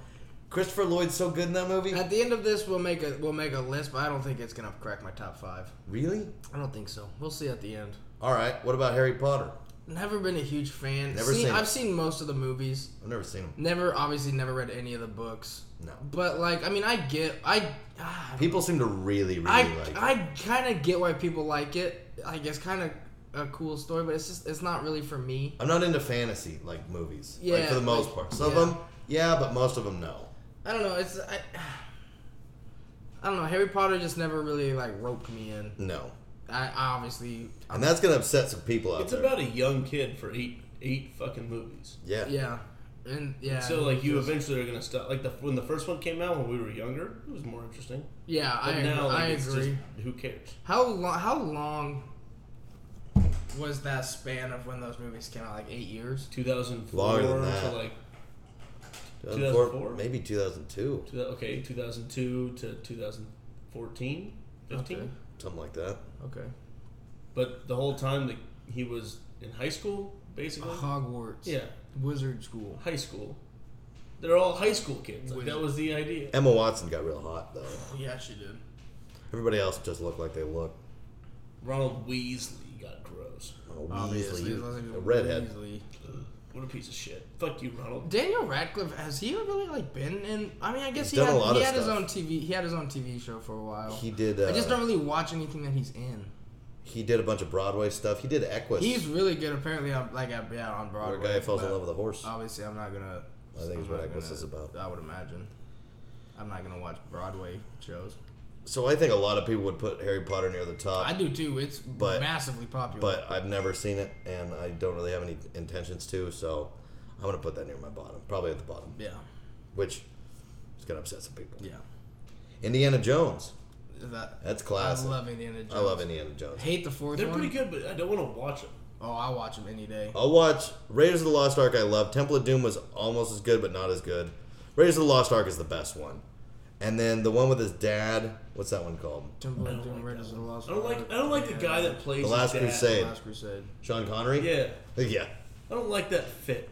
Christopher Lloyd's so good in that movie. At the end of this, we'll make a we'll make a list, but I don't think it's gonna crack my top five. Really? I don't think so. We'll see at the end. All right. What about Harry Potter? Never been a huge fan. Never Seen- seen it. I've seen most of the movies. I've never seen him. Never, obviously, never read any of the books. No. But like, I mean, I get, I, ah, People seem to really, really I, like. it. I kind of get why people like it. Like, it's kind of a cool story, but it's just, it's not really for me. I'm not into fantasy like movies. like Yeah, for the most like- part. Some yeah. of them, yeah, but most of them, no. I don't know. It's, I, I don't know. Harry Potter just never really like roped me in. No. I, I obviously, And that's gonna upset some people out It's there. about a young kid for eight eight fucking movies. yeah. yeah, and yeah. so like you just- eventually are gonna stop. Like the when the first one came out when we were younger, it was more interesting. yeah, But I, now like, I it's agree. Just, who cares? How long? How long was that span of when those movies came out? Like eight years. 2004 Longer than to that. like 2004, 2004? maybe 2002, two, okay 2002 to 2014, 15. Okay. something like that. Okay. But the whole time that he was in high school, basically. Hogwarts. Yeah, Wizard school. high school. They're all high school kids. Like, that was the idea. Emma Watson got real hot though. Yeah, she did. Everybody else just looked like they look. Ronald Weasley got gross. Oh, Obviously, Weasley, his last name a is redhead. Weasley. What a piece of shit. Fuck you, Ronald. Daniel Radcliffe has he ever really like been in? I mean, I guess He's he done a had, lot he of had his stuff. own TV. He had his own TV show for a while. He did. Uh, I just don't really watch anything that he's in. He did a bunch of Broadway stuff. He did Equus. He's really good, apparently. On, like, at- yeah, on Broadway. where a guy falls in but love with a horse. Obviously, I'm not gonna. I think I'm it's what not Equus gonna- is about. I would imagine. I'm not gonna watch Broadway shows. So I think a lot of people would put Harry Potter near the top, I do too. It's But- massively popular. but I've never seen it, and I don't really have any intentions to. So I'm gonna put that near my bottom, probably at the bottom, yeah, which is gonna upset some people. yeah. Indiana Jones. Is that That's classic. I love Indiana Jones. I love Indiana Jones. Hate the 4th They're one. pretty good, but I don't want to watch them. Oh, I watch them any day. I'll watch Raiders of the Lost Ark. I love Temple of Doom was almost as good, but not as good. Raiders of the Lost Ark is the best one, and then the one with his dad. What's that one called? Temple I of don't Doom, like Raiders of the Lost I don't like. Ark. I don't like the Yeah. guy that plays The Last his dad. Crusade. Last Crusade. Sean Connery. Yeah, yeah. I don't like that fit.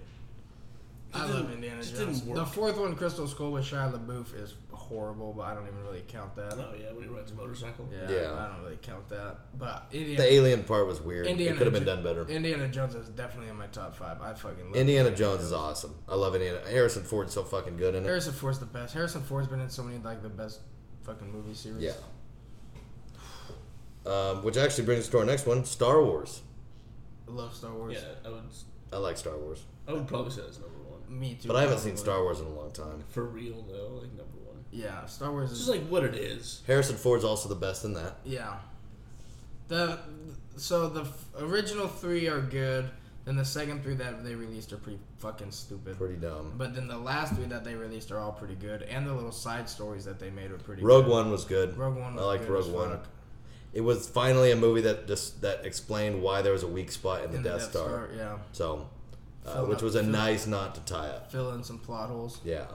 I didn't- love Indiana just Jones. didn't work. The fourth one, Crystal Skull with Shia LaBeouf, is horrible, but I don't even really count that. Oh yeah, when he rides a motorcycle. Yeah, Yeah. I don't really count that. But The Indiana, alien part was weird. Indiana it could have been Jo- done better. Indiana Jones is definitely in my top five. I fucking love Indiana Jones is awesome. I love Indiana. Harrison Ford's so fucking good in it. Harrison Ford's the best. Harrison Ford's been in so many like the best fucking movie series. Yeah. Um, which actually brings us to our next one, Star Wars. I love Star Wars. Yeah, I would. I like Star Wars, I would probably say that's number one. Me too. but I haven't seen probably. Star Wars in a long time. For real though, like number one. Yeah, Star Wars It's is just like what it is. Harrison Ford's also the best in that. Yeah. The so the f- original three are good. Then the second three that they released are pretty fucking stupid. Pretty dumb. But then the last three that they released are all pretty good, and the little side stories that they made are pretty. Rogue good. One was good. Rogue One. Was I liked good Rogue as One. fuck. It was finally a movie that just that explained why there was a weak spot in the And Death Star. Yeah. So, uh, Fill which up- was a fill- nice knot to tie up. Fill in some plot holes. Yeah.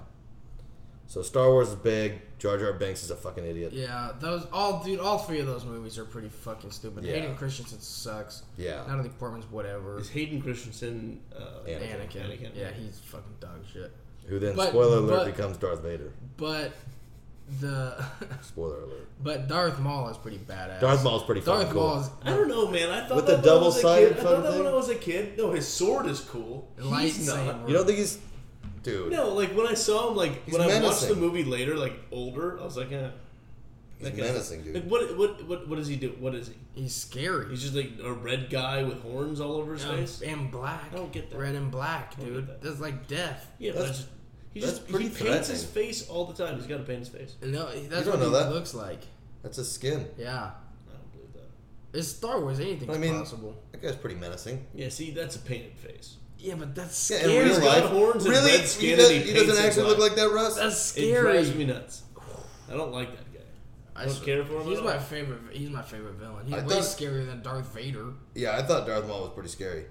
So Star Wars is big. Jar Jar Binks is a fucking idiot. Yeah. Yeah, those all dude, all three of those movies are pretty fucking stupid. Yeah. Hayden Christensen sucks. Yeah. Natalie Portman's whatever. Is Hayden Christensen? Uh, Yeah. Anakin. Anakin. Yeah, he's fucking dog shit. Who then? But- spoiler alert! but- becomes Darth Vader. But the Spoiler alert. but Darth Maul is pretty badass. Darth Maul's pretty fucking Darth cool. Maul is I don't know, man. I thought With that the when I was a double-sided kid- I thought fucking that when I thing? was a kid. No, his sword is cool. He's not. lightsaber. You don't think he's, dude? No, like when I saw him, like He's when I watched menacing. the movie later, like older, I was like, eh. He's That guy's- menacing, dude. Like what? What? What? What does he do? What is he? He's scary. He's just like a red guy with horns all over his Um, face. and black. I don't get that. Red and black, don't dude. get that. That's like death. Yeah, but I That's- just, he that's just pretty he paints his threatening. face all the time. He's got to paint his face. No, that's don't what know he that. looks like. That's his skin. Yeah, I don't believe that. it's Star Wars. Anything's I mean- possible. That guy's pretty menacing. Yeah, see, that's a painted face. Yeah, but that's Yeah, scary. in real He's got life, horns and really, red he, skin does, and he paints not it actually black. look like that, Russ. that's It scary. drives me nuts. I don't like that guy. I don't s- care for him He's at my all. favorite. He's my favorite villain. He's I way thought- scarier than Darth Vader. yeah, I thought Darth Maul was pretty scary.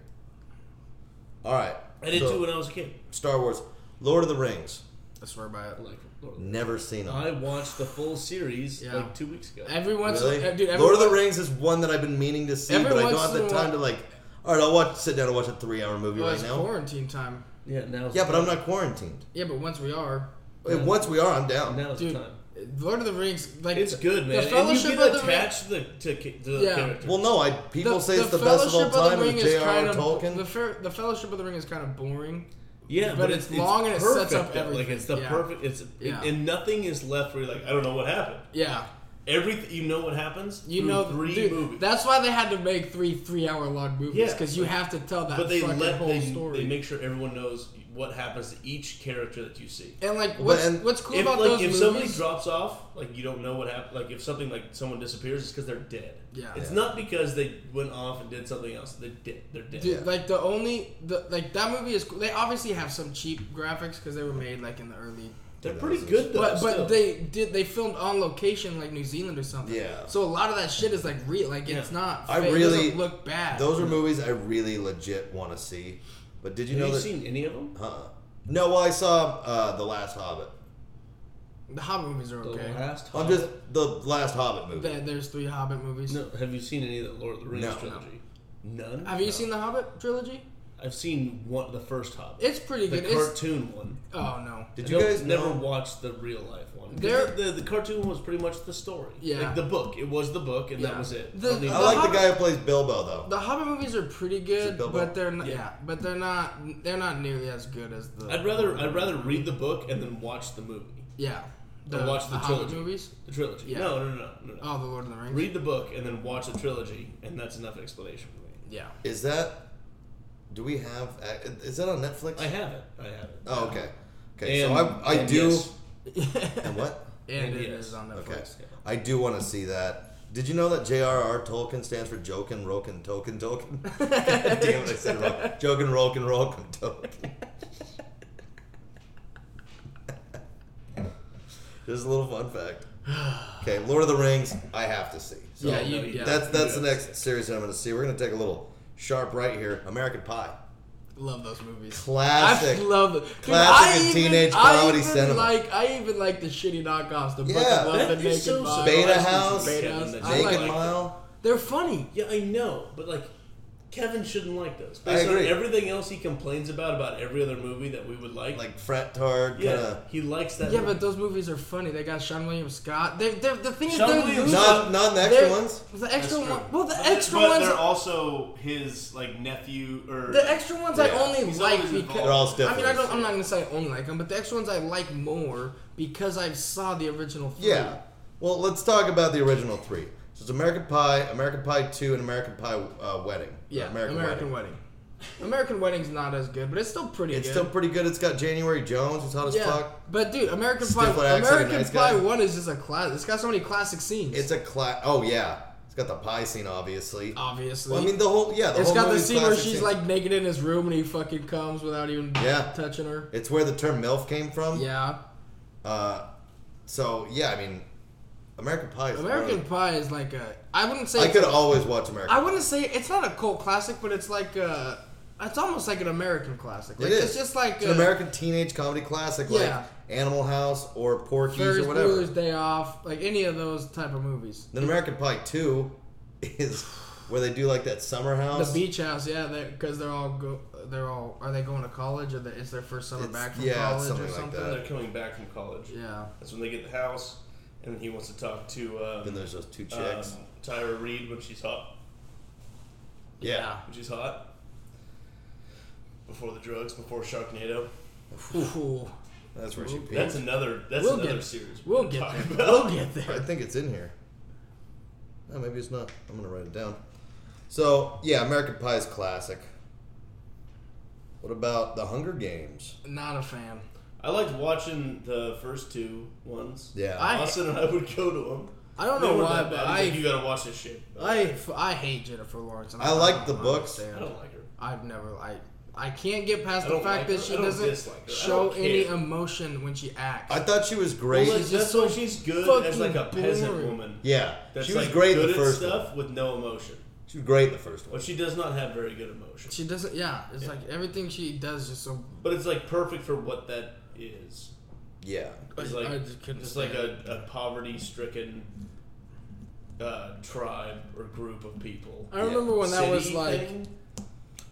All right. I did so, too when I was a kid. Star Wars, Lord of the Rings. I swear by it. Like, Lord of the- Never seen them. I watched the full series Yeah. like two weeks ago. Every once, Really? uh, dude. Every Lord of the once- Rings is one that I've been meaning to see, Every but I once don't have in the a time to while- like. All right, I'll watch. Sit down and watch a three-hour movie Well, right it's now. quarantine time. yeah, now. Yeah, but I'm not quarantined. Yeah, but once we are, Wait, once we are, I'm down. Now's dude, the time. Lord of the Rings, like It's the- good, man. The and Fellowship you of get the Ring. attached to the to, to the Yeah. character. Well, no, I people say it's the best Fellowship of all time. Ring and is J.R.R. kinda- Tolkien. The, Fer- the Fellowship of the Ring is kind of boring. yeah, but it's long and it perfect, sets up though. Like everything. it's the Yeah. perfect. It's Yeah. and nothing is left where you're like, I don't know what happened. Yeah, Everything you know what happens. you through know, three dude, movies. That's why they had to make three three-hour-long movies Yeah. because you have to tell that but they fucking let whole they, story. they make sure everyone knows what happens to each character that you see. and like, what's, and- what's cool If about like those if movies? somebody drops off, like you don't know what happened. Like if something like someone disappears, it's because they're dead. Yeah. it's Yeah. not because they went off and did something else. They're dead. They're dead. Dude, like the only the like that movie is cool. They obviously have some cheap graphics because they were made like in the early. They're pretty good though. But still. but they did they filmed on location like New Zealand or something. Yeah. So a lot of that shit is like real. Like it's Yeah. not. I fake. It really- doesn't look bad. Those are movies I really legit want to see. But did you Have know you that? seen any of them? uh, no, well, I saw uh, the Last Hobbit. the Hobbit movies are okay. last I'm just the last Hobbit movie. There- there's three Hobbit movies. No, have you seen any of the Lord of the Rings No. trilogy? None. Have you seen the Hobbit trilogy? I've seen one, the first Hobbit, It's pretty the good. It's, cartoon one. oh no. Did I you don't- guys never know- watched the real life one? 'Cause There- the, the, the cartoon one was pretty much the story. Yeah. like the book. It was the book, and Yeah. that was it. The- I mean, I like Hobbit- the guy who plays Bilbo though. The Hobbit movies are pretty it good, Bilbo? but they're not. Yeah. Yeah. but they're not. They're not nearly as good as the. I'd rather I'd rather read the book and then watch the movie, Yeah. The, watch the, the Hobbit trilogy. movies. the trilogy. Yeah. No, no, no, no, no. Oh, the Lord of the Rings. Read the book and then watch the trilogy, and that's enough explanation for me. yeah. Is that? Do we have? Is that on Netflix? I have it. I have it. Oh, okay. Okay, And- so I, I and do. yes. And what? And, And it yes. is on Netflix. Okay. I do want to see that. Did you know that J.R.R. Tolkien stands for Jokin, Rokin, Token, Token? God damn it, I said it wrong. Jokin, Rokin, Rokin, Token. Just a little fun fact. Okay, Lord of the Rings, I have to see. So Yeah, you- yeah. that's that's the Yeah. next series that I'm going to see. We're going to take a little sharp right here. American Pie. Love those movies. Classic. I love the dude, Classic I and even, teenage comedy I even cinema. Like I even like the shitty knockoffs. The yeah, Yeah. love the That naked is so Body. Beta surprising to House, me, Beta Kevin, House. that I you Naked like- Mile. They're funny. Yeah, I know, but like Kevin shouldn't like those. I Based agree. on everything else he complains about about every other movie that we would like. Like fret tard, yeah, kind of. he likes that. Yeah, movie. but those movies are funny. They got Sean William Scott. They, they're, the thing is, Sean they're William loose. Not, not the extra They're- ones. The extra That's true. one. Well, the But- extra but ones. they're also his like nephew or The extra ones I Yeah. only He's like always because involved. They're all stiff I mean, I ones, don't, I'm yeah. not gonna say I only like them, but the extra ones I like more because I saw the original. Three. Yeah. Well, let's talk about the original three. So it's American Pie, American Pie Two, and American Pie uh, Wedding. yeah. American, American, Wedding. American Wedding's not as good, but it's still pretty. It's good. still pretty good. It's got January Jones, who's hot as yeah. fuck. But dude, American Stiff Legs, Pie, like a American nice Pie guy. One is just a classic. It's got so many classic scenes. It's a class. Oh yeah, it's got the pie scene, obviously. obviously. Well, I mean the whole yeah. The it's whole got the movie's scene where classic she's scene. like naked in his room and he fucking comes without even Yeah. touching her. It's where the term MILF came from. Yeah. Uh, so yeah, I mean, American Pie. Is American really- Pie is like a. I wouldn't say I it's could always watch American. I wouldn't say it's not a cult classic, but it's like a. It's almost like an American classic. Like, it is. It's just like It's an uh, American teenage comedy classic, Yeah. like Animal House or Porky's uh, Ferris or whatever. Bueller's Day Off, like any of those type of movies. Then American Pie Two is where they do like that summer house. The Beach House, yeah, because they're all go, they're all are they going to college or the, it's their first summer It's- back from yeah, it's college something or like something? that. uh, they're coming back from college. Yeah, That's when they get the house, and then he wants to talk to um, Then there's those two um, chicks. Tyra Reed when she's hot. yeah. When she's hot. Before the drugs, before Sharknado. Ooh. that's where she peed. That's another. That's We'll another get- series. We'll can get talk there. about. We'll I get there. think it's in here. No, maybe it's not. I'm gonna write it down. So yeah, American Pie is classic. What about The Hunger Games? Not a fan. I liked watching the first two ones. Yeah, I- Austin and I would go to them. I don't know why, but I you gotta watch this shit. I f- I hate Jennifer Lawrence. and I like the don't books. I understand. don't like her. I've never I I can't get past I the don't fact like that her. she I don't doesn't dislike her. I show don't any care. emotion when she acts. I thought she was great. Well, like, She's that's just why so she's good as like a fucking peasant boring. woman. yeah, That's she was like great good the first at stuff one. with no emotion. She was great the first one. But she does not have very good emotion. she doesn't. Yeah, it's like everything she does is just so. but it's like perfect for what that is. Yeah. It's I- like I just couldn't just like stand a, a poverty-stricken uh, tribe or group of people. I remember when that was City like. thing?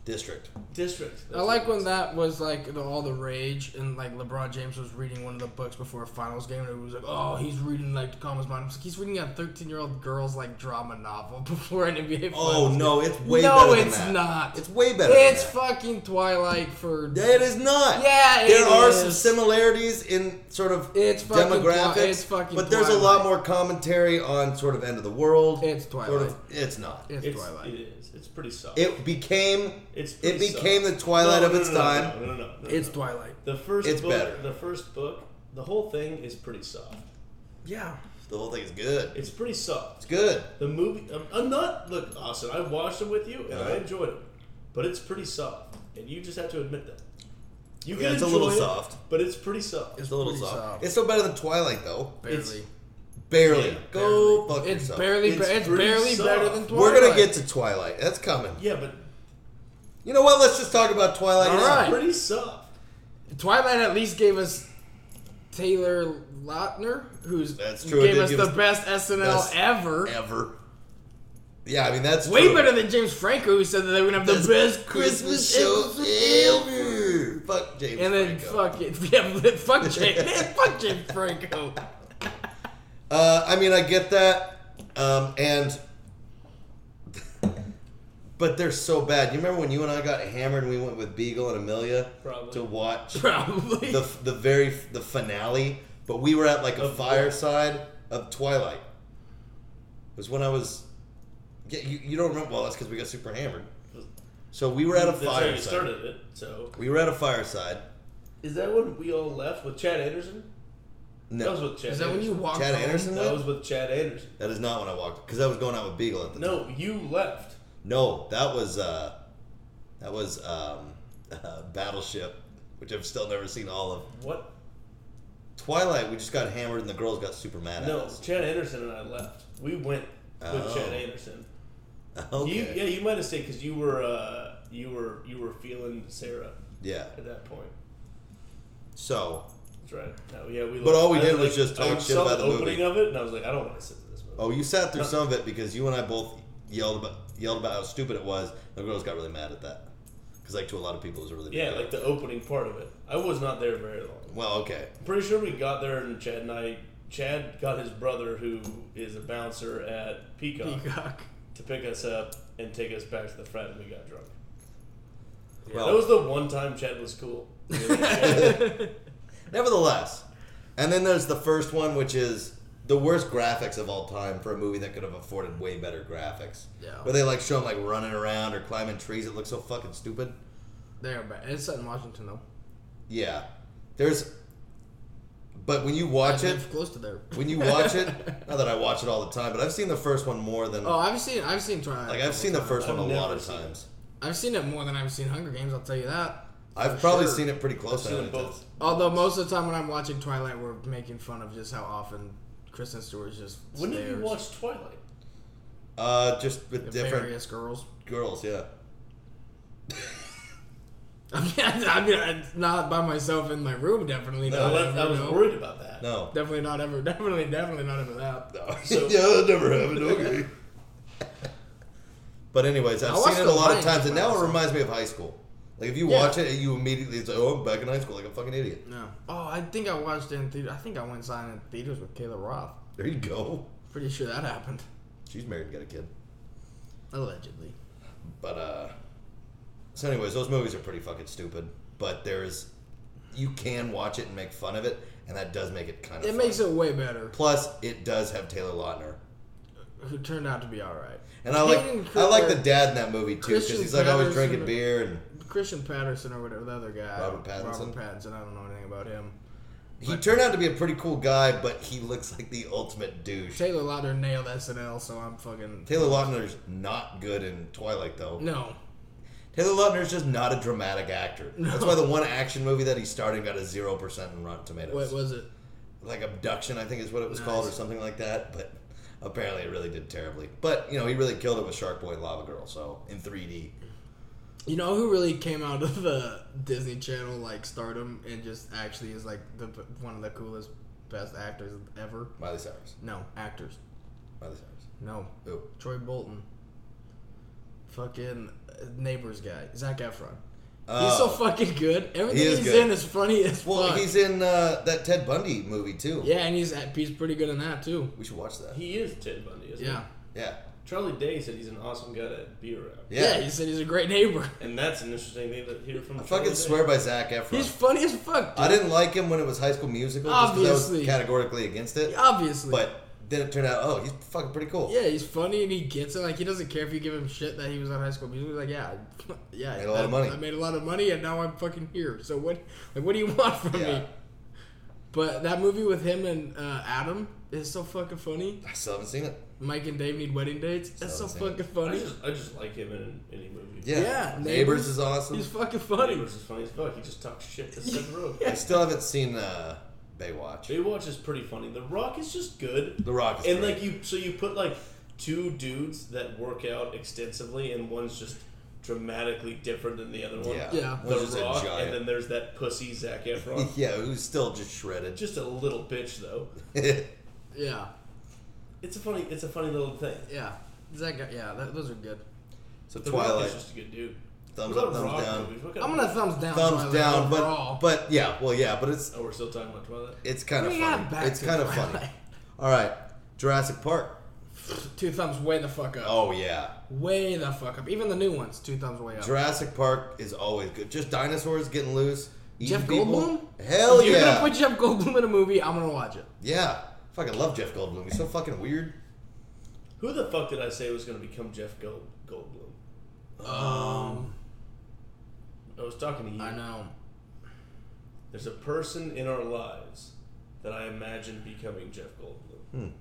District. district. I like when that was like the, all the rage, and like LeBron James was reading one of the books before a finals game, and it was like, oh, he's reading like the comments. Mind. I was like, he's reading a thirteen-year-old girl's like drama novel before an NBA. Oh finals no, game. it's way no, better than it's that. not. It's way better. It's than fucking Twilight for. that. It is not. Yeah, it there are some is. similarities in sort of It's fucking demographics, Twi- it's fucking but there's a lot Twilight. more commentary on sort of end of the world. It's Sort Twilight. of, it's not. It's, it's, Twilight. It is. It's pretty soft. It became. It's It pretty became soft. the Twilight No, of no, its no, no, time. No, no, no, no, no, it's no. Twilight. The first It's book, better. The first book, the whole thing is pretty soft. Yeah. The whole thing is good. It's pretty soft. It's good. The movie, I'm, I'm not look, Austin. I watched it with you and Uh-huh. I enjoyed it, but it's pretty soft, and you just have to admit that. You Yeah, it's a little enjoy it, soft. but it's pretty soft. It's a little pretty soft. soft. It's still better than Twilight though. Barely. Barely. Yeah, Go fuck It's yourself. barely. It's It's, it's pretty barely soft. better than Twilight. We're gonna get to Twilight. That's coming. yeah, but You know what? Let's just talk about Twilight. All now. right. pretty soft. Twilight at least gave us Taylor Lautner, who's That's true, it gave did us give the us best SNL best ever. Ever. Yeah, I mean that's Way true. better than James Franco, who said that they would have the best Christmas show ever. Fuck James. And then Franco. fuck it, yeah, fuck James, man, fuck James Franco. Uh, I mean, I get that, um, and but they're so bad. You remember when you and I got hammered and we went with Beagle and Amelia Probably. to watch Probably. the the very the finale, but we were at like a Of what? fireside of Twilight. It was when I was. Yeah, you, you don't remember? Well, that's because we got super hammered. So we were at a That's how you fireside. started it. So We were at a fireside. is that when we all left with Chad Anderson? That was No, with Chad. Is that when you Anderson. walked? Chad home? Anderson. That went? was with Chad Anderson. That is not when I walked because I was going out with Beagle at the time. No, you left. No, that was uh, that was um, Battleship, which I've still never seen all of. What? Twilight, we just got hammered and the girls got super mad at No, us. Chad Anderson and I left. We went with Oh. Chad Anderson. Okay. You, yeah, you might have stayed because you were uh, you were you were feeling Sarah yeah. at that point. So, That's right. No, yeah, we. But all we I, did was just I talk shit saw about the movie. opening of it, and I was like, I don't want to sit to this movie. oh, you sat through some of it because you and I both yelled about yelled about how stupid it was. The girls got really mad at that because, like, to a lot of people, it was a really big yeah, deal. like the opening part of it. I was not there very long. well, okay, I'm pretty sure we got there, and Chad and I. Chad got his brother, who is a bouncer at Peacock, Peacock. to pick us up and take us back to the frat, and we got drunk. well, That was the one time Chad was cool. Chad- Nevertheless, and then there's the first one, which is the worst graphics of all time for a movie that could have afforded way better graphics. Yeah. Where they like show them like running around or climbing trees. It looks so fucking stupid. There, but it's set in Washington though. Yeah. There's. But when you watch I it, live close to there. when you watch it, not that I watch it all the time, but I've seen the first one more than Oh, I've seen, I've seen Twilight. like I've seen the first I've one a lot never of seen it. times. I've seen it more than I've seen Hunger Games. I'll tell you that. I've probably sure. seen it pretty close. I've seen to them both. Although most of the time when I'm watching Twilight, we're making fun of just how often Kristen Stewart's just When stares did you watch Twilight? Uh, just with at different various girls. girls. Yeah. I mean, I, I mean, I- not by myself in my room. Definitely I, not. left, ever, I was no. worried about that. No. Definitely not ever. Definitely, definitely not ever that. So- yeah, that never happened. Okay. but anyways, I've I watched seen it a The lot of Lion times, King and when I now was it little. reminds me of high school. Like if you Yeah. watch it, you immediately it's like, oh, I'm back in high school, like a fucking idiot. No. Oh, I think I watched it in theater. I think I went and saw it in theaters with Kayla Roth. There you go. Pretty sure that happened. She's married and got a kid. Allegedly. But uh, so anyways, those movies are pretty fucking stupid. But there is, you can watch it and make fun of it, and that does make it kind of. It makes it way better. Plus, it does have Taylor Lautner. Who turned out to be all right. And I like Hayden I like the Cooper- dad in that movie too because Christian he's like always Patterson- drinking beer and Christian Patterson or whatever the other guy. Robert Pattinson. Robert Pattinson. I don't know anything about him. He turned out to be a pretty cool guy, but he looks like the ultimate douche. Taylor Lautner nailed SNL, so I'm fucking Taylor Lautner's not good in Twilight, though. no. Taylor Lautner's just not a dramatic actor. That's why the one action movie that he started got a zero percent in Rotten Tomatoes. What was it? like Abduction, I think is what it was called, or Nice. something like that. But apparently, it really did terribly. But you know, he really killed it with Shark Boy and Lava Girl. So in 3D, You know who really came out of the Disney Channel like stardom and just actually is like the one of the coolest, best actors ever? Miley Cyrus. No, actors. Miley Cyrus. No, Ooh. Troy Bolton. Fucking uh, neighbors guy, Zach Efron. He's so Oh. fucking good. Everything is he's good. in is funny as Well, fuck. he's in uh, that Ted Bundy movie too. yeah, and he's he's pretty good in that too. We should watch that. He is Ted Bundy, isn't Yeah. he? Yeah. Charlie Day said he's an awesome guy to be around. yeah, Yeah. He said he's a great neighbor. And that's an interesting thing to hear from I Charlie fucking Day. swear by Zach Efron. He's funny as fuck. Dude. I didn't like him when it was High School Musical just 'cause I Obviously. was categorically against it. Obviously. But then it turned out, oh, he's fucking pretty cool. yeah, he's funny and he gets it. Like he doesn't care if you give him shit that he was on High School Musical. He's like, yeah, yeah, Made a lot of money. I made a lot of money, and now I'm fucking here. So what? Like, what do you want from me? Yeah. But that movie with him and uh, Adam is so fucking funny. I still haven't seen it. Mike and Dave need wedding dates. That's so Sounds like- fucking I funny. just, I just like him in any movie. Yeah. Yeah, Neighbors, Neighbors. is awesome. He's fucking funny. Neighbors is funny as fuck. He just talks shit to Seth Rogen. I still haven't seen uh, Baywatch. Baywatch is pretty funny. The Rock is just good. The Rock is and great. like you, so you put like two dudes that work out extensively, and one's just dramatically different than the other one. Yeah. Yeah. One's The just a Rock, giant- and then there's that pussy Zac Efron. yeah, who's still just shredded. Just a little bitch though. Yeah, It's a funny, it's a funny little thing. yeah. Is that guy? Yeah, that, those are good. so The Rock Twilight, is just a good dude. thumbs What up, about thumbs Rock down, movies? What kind I'm of- gonna thumbs down. thumbs Twilight down. overall. But but yeah, well yeah, but it's Oh, we're still talking about Twilight. it's kind of We got funny. back It's to kind of Twilight. funny. All right, Jurassic Park. two thumbs way the fuck up. Oh yeah, Way the fuck up. Even the new ones, two thumbs way up. Jurassic Park is always good. Just dinosaurs getting loose. eating Jeff people. Goldblum? Hell If You're yeah. gonna put Jeff Goldblum in a movie. I'm gonna watch it. yeah. Fucking love Jeff Goldblum. He's so fucking weird. Who the fuck did I say was gonna become Jeff Gold Goldblum? Um, I was talking to you. I know. There's a person in our lives that I imagine becoming Jeff Goldblum.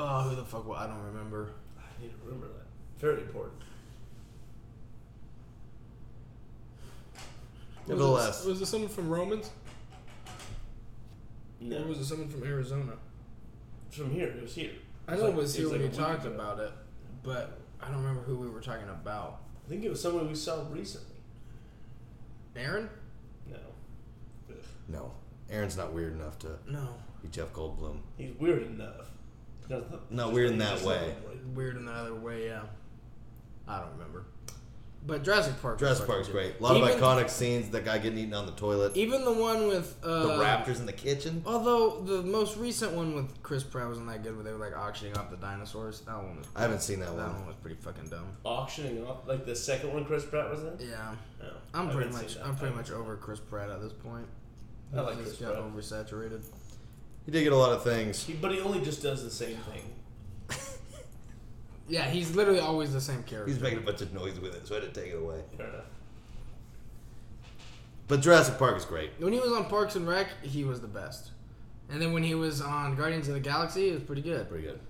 Oh, who the fuck? wa- I don't remember. I need to remember that. Very important. Nevertheless, was it someone from Romans? No, it someone from Arizona? It's from here. It was here. I know it was it here when like we a week talked ago. about it, but I don't remember who we were talking about. I think it was someone we saw recently. Aaron? No, Ugh. no. Aaron's not weird enough to No. be Jeff Goldblum. he's weird enough. Not, the- Not just weird in he's that just way. not weird. Uh, Weird in the other way, yeah. I don't remember. But Jurassic Park. was Jurassic fucking Park's good. great. A lot even, of iconic scenes. That guy getting eaten on the toilet. Even the one with uh, the raptors in the kitchen. oh. Although the most recent one with Chris Pratt wasn't that good, where they were like auctioning off the dinosaurs. That one was. I haven't seen that That one one. was pretty fucking dumb. Auctioning off like the second one Chris Pratt was in. Yeah, No, I'm I pretty haven't much seen that. I'm pretty I- much over Chris Pratt at this point. I like He just Chris got Pratt. oversaturated. He did get a lot of things. He, but he only just does the same thing. Yeah, he's literally always the same character. He's making a bunch of noise with it, so I had to take it away. Fair enough. But Jurassic Park is great. when he was on Parks and Rec, he was the best. And then when he was on Guardians of the Galaxy, it was pretty good. Pretty good.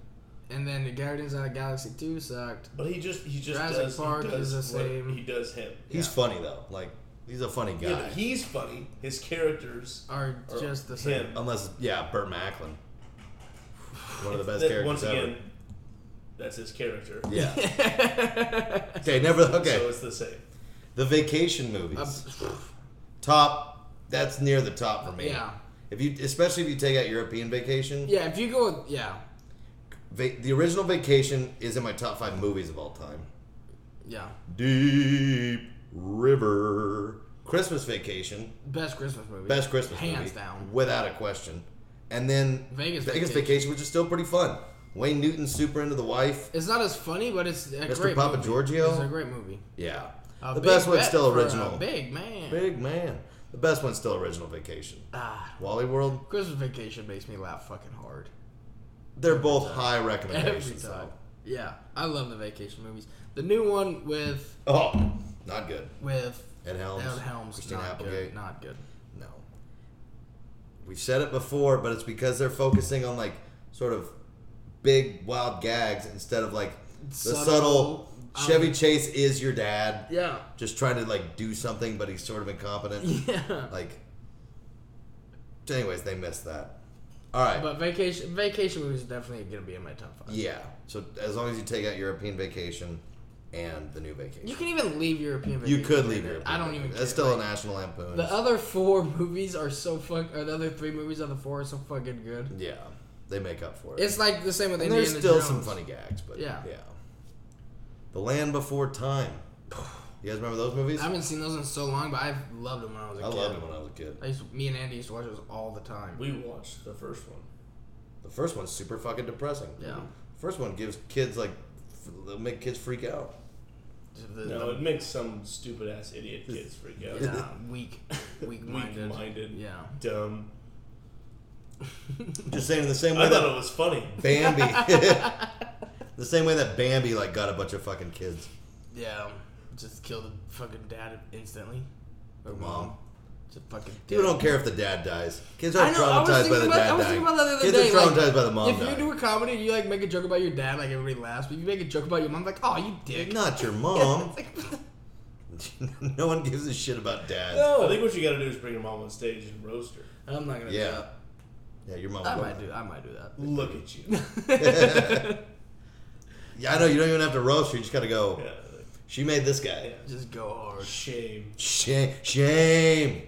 And then the Guardians of the Galaxy 2 sucked. But he just he just Jurassic does, Park he does is the what same. He does him. He's Yeah. funny though. Like he's a funny guy. Yeah, but he's funny. His characters Are are just the him. same. Unless yeah, Burt Macklin. One of the best That- characters once again, ever. that's his character. Yeah. okay, never okay. So it's the same. the vacation movies. Uh, top that's near the top for me. Yeah. If you especially if you take out European vacation. yeah, if you go with, yeah. Va- the original vacation is in my top five movies of all time. Yeah. Deep River. Christmas Vacation. Best Christmas movie. Best Christmas Hands movie, down. without a question. And then Vegas Vegas Vacation. vacation. which is still pretty fun. Wayne Newton's super into the wife. It's not as funny, but it's a Mr. great Papa movie. Giorgio? It's a great movie. Yeah, A the big best one's bet still for a original. Big. Big man. man, the best one's still original vacation. Ah, Wally World, Christmas Vacation makes me laugh fucking hard. they're both high Every recommendations. time. Yeah, I love the vacation movies. The new one with though. Oh, not good. with Ed Helms, Ed Helms Christina not Applegate. good. Not good. No, we've said it before, but it's because they're focusing on like sort of big wild gags instead of like the Subtle, subtle. um, Chevy Chase is your dad. Yeah. just trying to like do something, but he's sort of incompetent. Yeah. like, anyways, they missed that. All right, But vacation vacation movies are definitely gonna be in my top five. yeah. So as long as you take out European Vacation, and the New Vacation. You can even leave European. You Vacation could in leave there. Europe. I don't even. That's care. still a Like, National Lampoon. The other four movies are so fuck. Or the other three movies on the four are so fucking good. yeah, they make up for it. It's like the same with and Indiana there's still Jones. some funny gags, but yeah, Yeah. yeah. The Land Before Time. You guys remember those movies? I haven't seen those in so long, but I've loved them when I was a I kid. loved them when I was a kid. I used to- me and Andy used to watch those all the time. We watched the first one. The first one's super fucking depressing. Yeah. First one gives kids like, f- they'll make kids freak out. The- No, it makes some stupid ass idiot kids freak out. the- yeah, weak, weak-minded. Weak-minded. Yeah. Dumb. Just saying, in the same way I thought that it was funny. Bambi, the same way that Bambi like got a bunch of fucking kids. Yeah, just kill the fucking dad instantly. Or Mom. Just fucking. People dead. don't care if the dad dies. Kids I aren't know. I was traumatized thinking by the about. I dad was dying. thinking about that the other Kids day. are like, traumatized by the mom If you dying. do a comedy, and you like make a joke about your dad, like everybody laughs. But if you make a joke about your mom, like, oh, you dick. Not your mom. It's like, what the- no one gives a shit about dads. I think what you gotta do is bring your mom on stage and roast her. I'm not gonna. Yeah. Yeah, your mom. Do that. I will. might do. I might do that. Look at you. Yeah, I know. You don't even have to roast her. You just gotta go. yeah, She made this guy. Yeah. Just go hard. shame. Shame. Shame.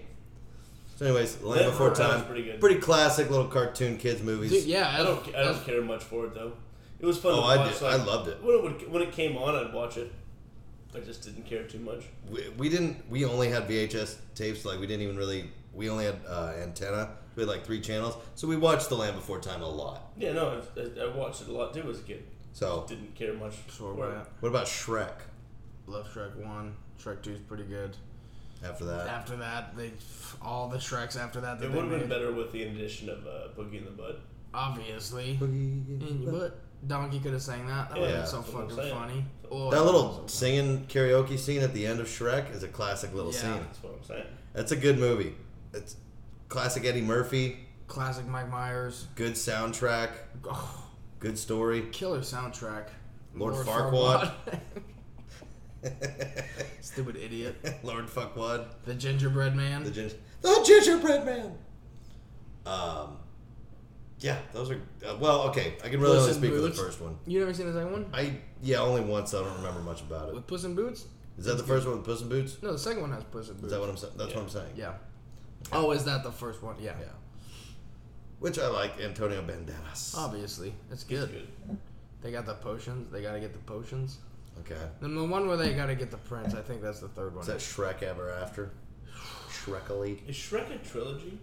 So, anyways, The Land Land Before Before Time. Time's pretty good. classic little cartoon kids movies. Dude, yeah. I don't. I don't care much for it though. It was fun. Oh, to I watch, did. like, I loved it. When it would, when it came on, I'd watch it. I just didn't care too much. We, we didn't. We only had VHS tapes. Like we didn't even really. We only had uh, antenna. We had like three channels. So we watched The Land Before Time a lot. Yeah, no, I, I, I watched it a lot too as a kid. So Didn't care much. Sure, for it. right. what about Shrek? Love Shrek one. Shrek two is pretty good. After that, After that, they all the Shreks after that. that It they would have made. been better with the addition of uh, Boogie in the Bud. Obviously. Mm, In your that butt. Donkey could have sang that. That would Yeah, have been so that's what I'm fucking saying. funny. Oh, little singing karaoke scene at the end of Shrek is a classic little Yeah. scene. That's what I'm saying. That's a good movie. It's classic Eddie Murphy. classic Mike Myers. Good soundtrack. Oh, Good story. killer soundtrack. Lord Farquaad. Stupid idiot. Lord Fuckwad. The gingerbread man. The ginger. The gingerbread man. Um. Yeah, those are uh, well. Okay, I can really only Puss in speak for the Boots. first one. you never seen the second one? I yeah, only once. I don't remember much about it. With Puss in Boots? Is that the first one with Puss in Boots? No, the second one has Puss in Boots. Is that what I'm saying? That's Yeah. what I'm saying. Yeah. Oh, is that the first one? Yeah. Yeah. Which I like Antonio Banderas. Obviously. That's good. Good. They got the potions. They got to get the potions. Okay. And the one where they got to get the prince, I think that's the third one. Is that Shrek Ever After? Shrekily. Is Shrek a trilogy?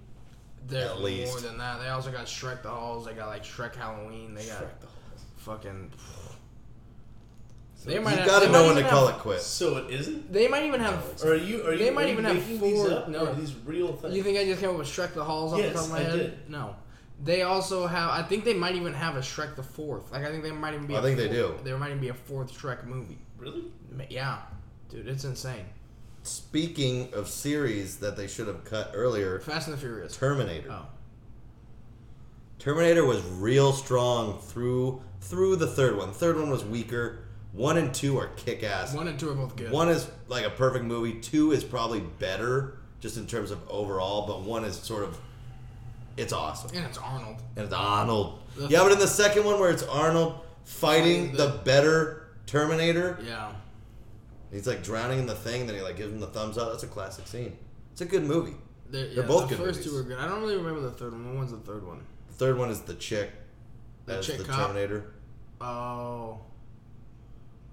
There's At more least. than that. They also got Shrek the Halls. They got like Shrek Halloween. They got Shrek the Halls. fucking. So They it's- might You have- gotta they know might when to even call have- it quits. So it isn't. They might even have. Or are you? Are you? They might are you even have making these four- up? no. Or are these real things. You think I just came up with Shrek the Halls off Yes, the top of my I head? did. No. They also have. I think they might even have a Shrek the Fourth. Like I think they might even be. I a think they fourth- do. There might even be a fourth Shrek movie. really? Ma- Yeah, dude, it's insane. Speaking of series that they should have cut earlier, Fast and the Furious. Terminator. Oh, Terminator was real strong through through the third one. Third one was weaker. One and two are kick ass. one and two are both good. One is like a perfect movie. Two is probably better just in terms of overall, but one is sort of it's awesome. and it's Arnold. And it's Arnold. Yeah, but in the second one where it's Arnold fighting Fighting the, the- better Terminator, Yeah, he's like drowning in the thing. Then he like gives him the thumbs up. That's a classic scene. It's a good movie. they're, yeah, both the good First movies. two are good. I don't really remember the third one. What one's the third one? The third one is the chick The as chick the cop? Terminator. Oh.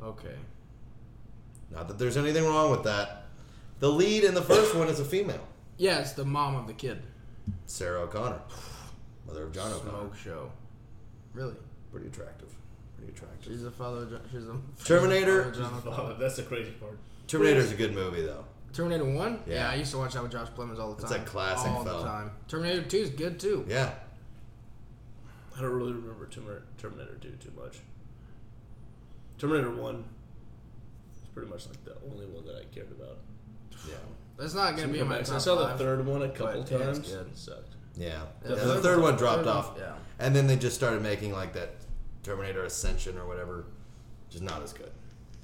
Okay. Not that there's anything wrong with that. The lead in the first one is a female, Yeah, it's the mom of the kid. Sarah O'Connor, mother of John O'Connor. Smoke show. Really? Pretty attractive. Pretty attractive. She's the father. Of John, she's the she's Terminator. the father of John Oh, O'Connor. that's the crazy part. Terminator's a good movie though. Terminator One. Yeah. Yeah. I used to watch that with Josh Clemens all the It's time. a classic All film. the time. Terminator Two is good too. Yeah. I don't really remember Terminator, Terminator 2 too much. Terminator 1 is pretty much like the only one that I cared about. Yeah. That's not gonna be in my I top saw five. the third one a couple but yeah, it's times. good. It sucked. Yeah. The And the third third one- one dropped third one- off. yeah. And then they just started making like that Terminator Ascension or whatever. Just not as good.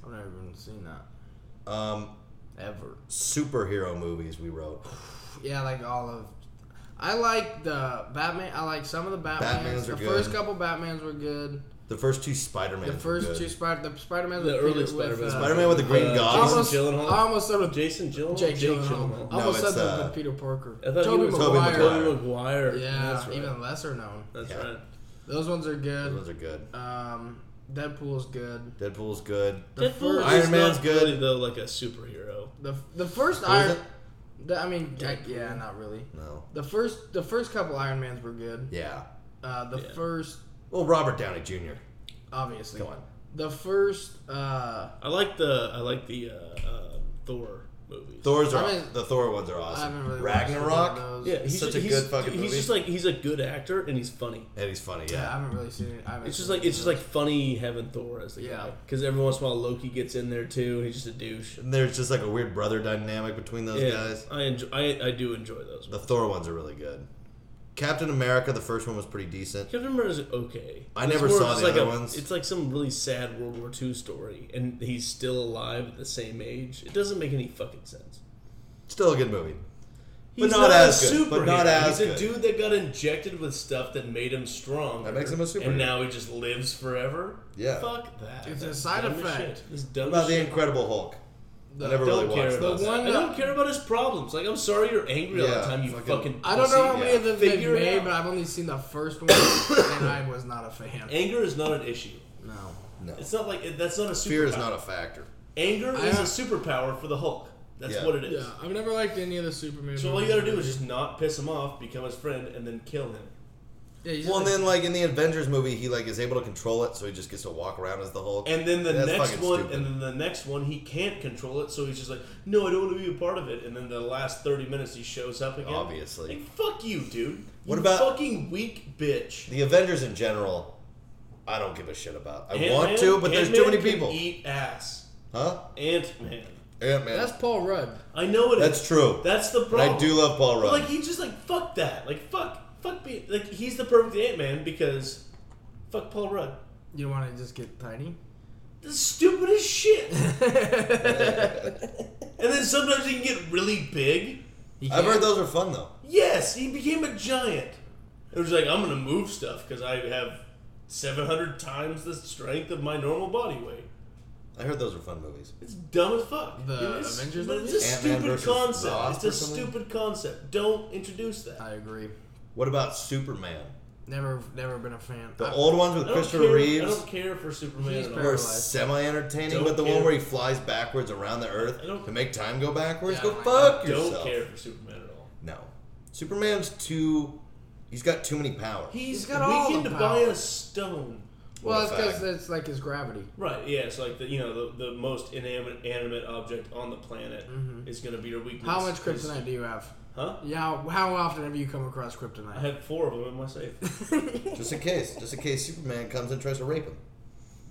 I've never even seen that Um, ever. superhero movies we wrote. Yeah, like all of. I like the Batman. I like some of the Batmans. Batmans the are first good. couple Batmans were good. The first two Spider Man. The first two Spider the Spider Man The early Spider-Man. Spider Man with the Green Uh, I Goblin. almost, I Gyllenhaal? almost said with Jason Gyllenhaal. Jake Gyllenhaal. Gyllenhaal. I No, almost it's, said that uh, with Peter Parker. I thought Tobey you were Tobey Maguire. Maguire. Tobey Maguire. Yeah, that's right. even lesser known. That's Yeah. right. Those ones are Those good. ones are good. Um, Deadpool's good. Deadpool's good. The first, Iron is Man's not good. Really, though, like a superhero. the, the first Was Iron. it? The, I mean, I- yeah, not really. No. The first, the first couple Iron Mans were good. Yeah. Uh, the Yeah. first, Well, Robert Downey Jr. obviously, Go on. the first. Uh, I like the I like the uh, uh, Thor movies. Thor's are I mean, the Thor ones are I haven't awesome. really watched a lot of Ragnarok. those. Yeah, It's he's such just, a he's, good fucking He's movie. just like he's a good actor and he's funny. Eddie's funny. Yeah, I Yeah. haven't really seen it. I haven't It's just seen like it's it. just like funny having Thor as the Yeah. guy because every once in a while Loki gets in there too. and He's just a douche. And there's just like a weird brother dynamic between those yeah, guys. I enjoy. I, I do enjoy those. The Thor ones are really good. Captain America, the first one was pretty decent. Captain America's okay. I never more saw just the like other a- ones. It's like some really sad World War II story, and he's still alive at the same age. It doesn't make any fucking sense. Still a good movie. He's not as good, but not as He's good. a dude that got injected with stuff that made him strong. That makes him a superhero. And now he just lives forever. Yeah. Fuck that. It's a That's side dumb as effect. shit. It's dumb What about as the shit. Incredible Hulk? The- I never really Don't care watched about those. The one- that. I don't care about his problems. Like I'm sorry you're angry all Yeah, the time. You fucking- fucking. I don't pussy. know how many yeah. of them they've Figure it made, out. but I've only seen the first one, and I was not a fan. Anger is not an issue. No. No. It's not like that's not a superpower. Fear is not a factor. Anger I is a have- superpower for the Hulk. That's Yeah. what it is. Yeah, I've never liked any of the Superman. So all you movies. gotta do is just not piss him off, become his friend, and then kill him. Yeah, he's Well, and just then like in the Avengers movie, he like is able to control it, so he just gets to walk around as the Hulk. And then the That's next fucking one, stupid. and then the next one, he can't control it, so he's just like, "No, I don't want to be a part of it." And then the last thirty minutes, he shows up again. Obviously. like fuck you, dude. What you about- fucking weak bitch? the Avengers in general, I don't give a shit about. I want Ant-Man- to, but there's too Ant-Man many can people. Eat ass, Huh? Ant Man. Ant Man. That's That's, Paul Rudd. I know it. is. true. That's the but problem. I do love Paul But, Rudd. Like he just like fuck that. Like fuck, fuck be like he's the perfect Ant Man because fuck Paul Rudd. You want to just get tiny? This is stupid as shit. And then sometimes he can get really big. I've heard those are fun though. Yes, he became a giant. It was like I'm gonna move stuff because I have 700 times the strength of my normal body weight. I heard those are fun movies. It's dumb as fuck. The It is- Avengers but it's a movies? Ant-Man stupid versus concept. Wasp It's a or something? stupid concept. Don't introduce that. I agree. What about Superman? Never, never been a fan. The I- old ones I with don't Christopher care- I Reeves don't care for Superman. He's at all. perfect. were Paralyzed. semi-entertaining, Don't but the care. one where he flies backwards around the Earth I don't- to make time go backwards, Yeah, go I fuck Don't yourself. care for Superman at all. No, Superman's too. He's got too many powers. He's got all weakened the by power. a stone. well, What it's a because fact. it's like his gravity. Right, yeah, it's like the you know the, the most inanimate animate object on the planet Mm-hmm. is going to be your weakness. How much 'cause- kryptonite do you have? Huh? Yeah, how, how often have you come across I kryptonite? had four of them in my safe. Just in case. Just in case Superman comes and tries to rape him.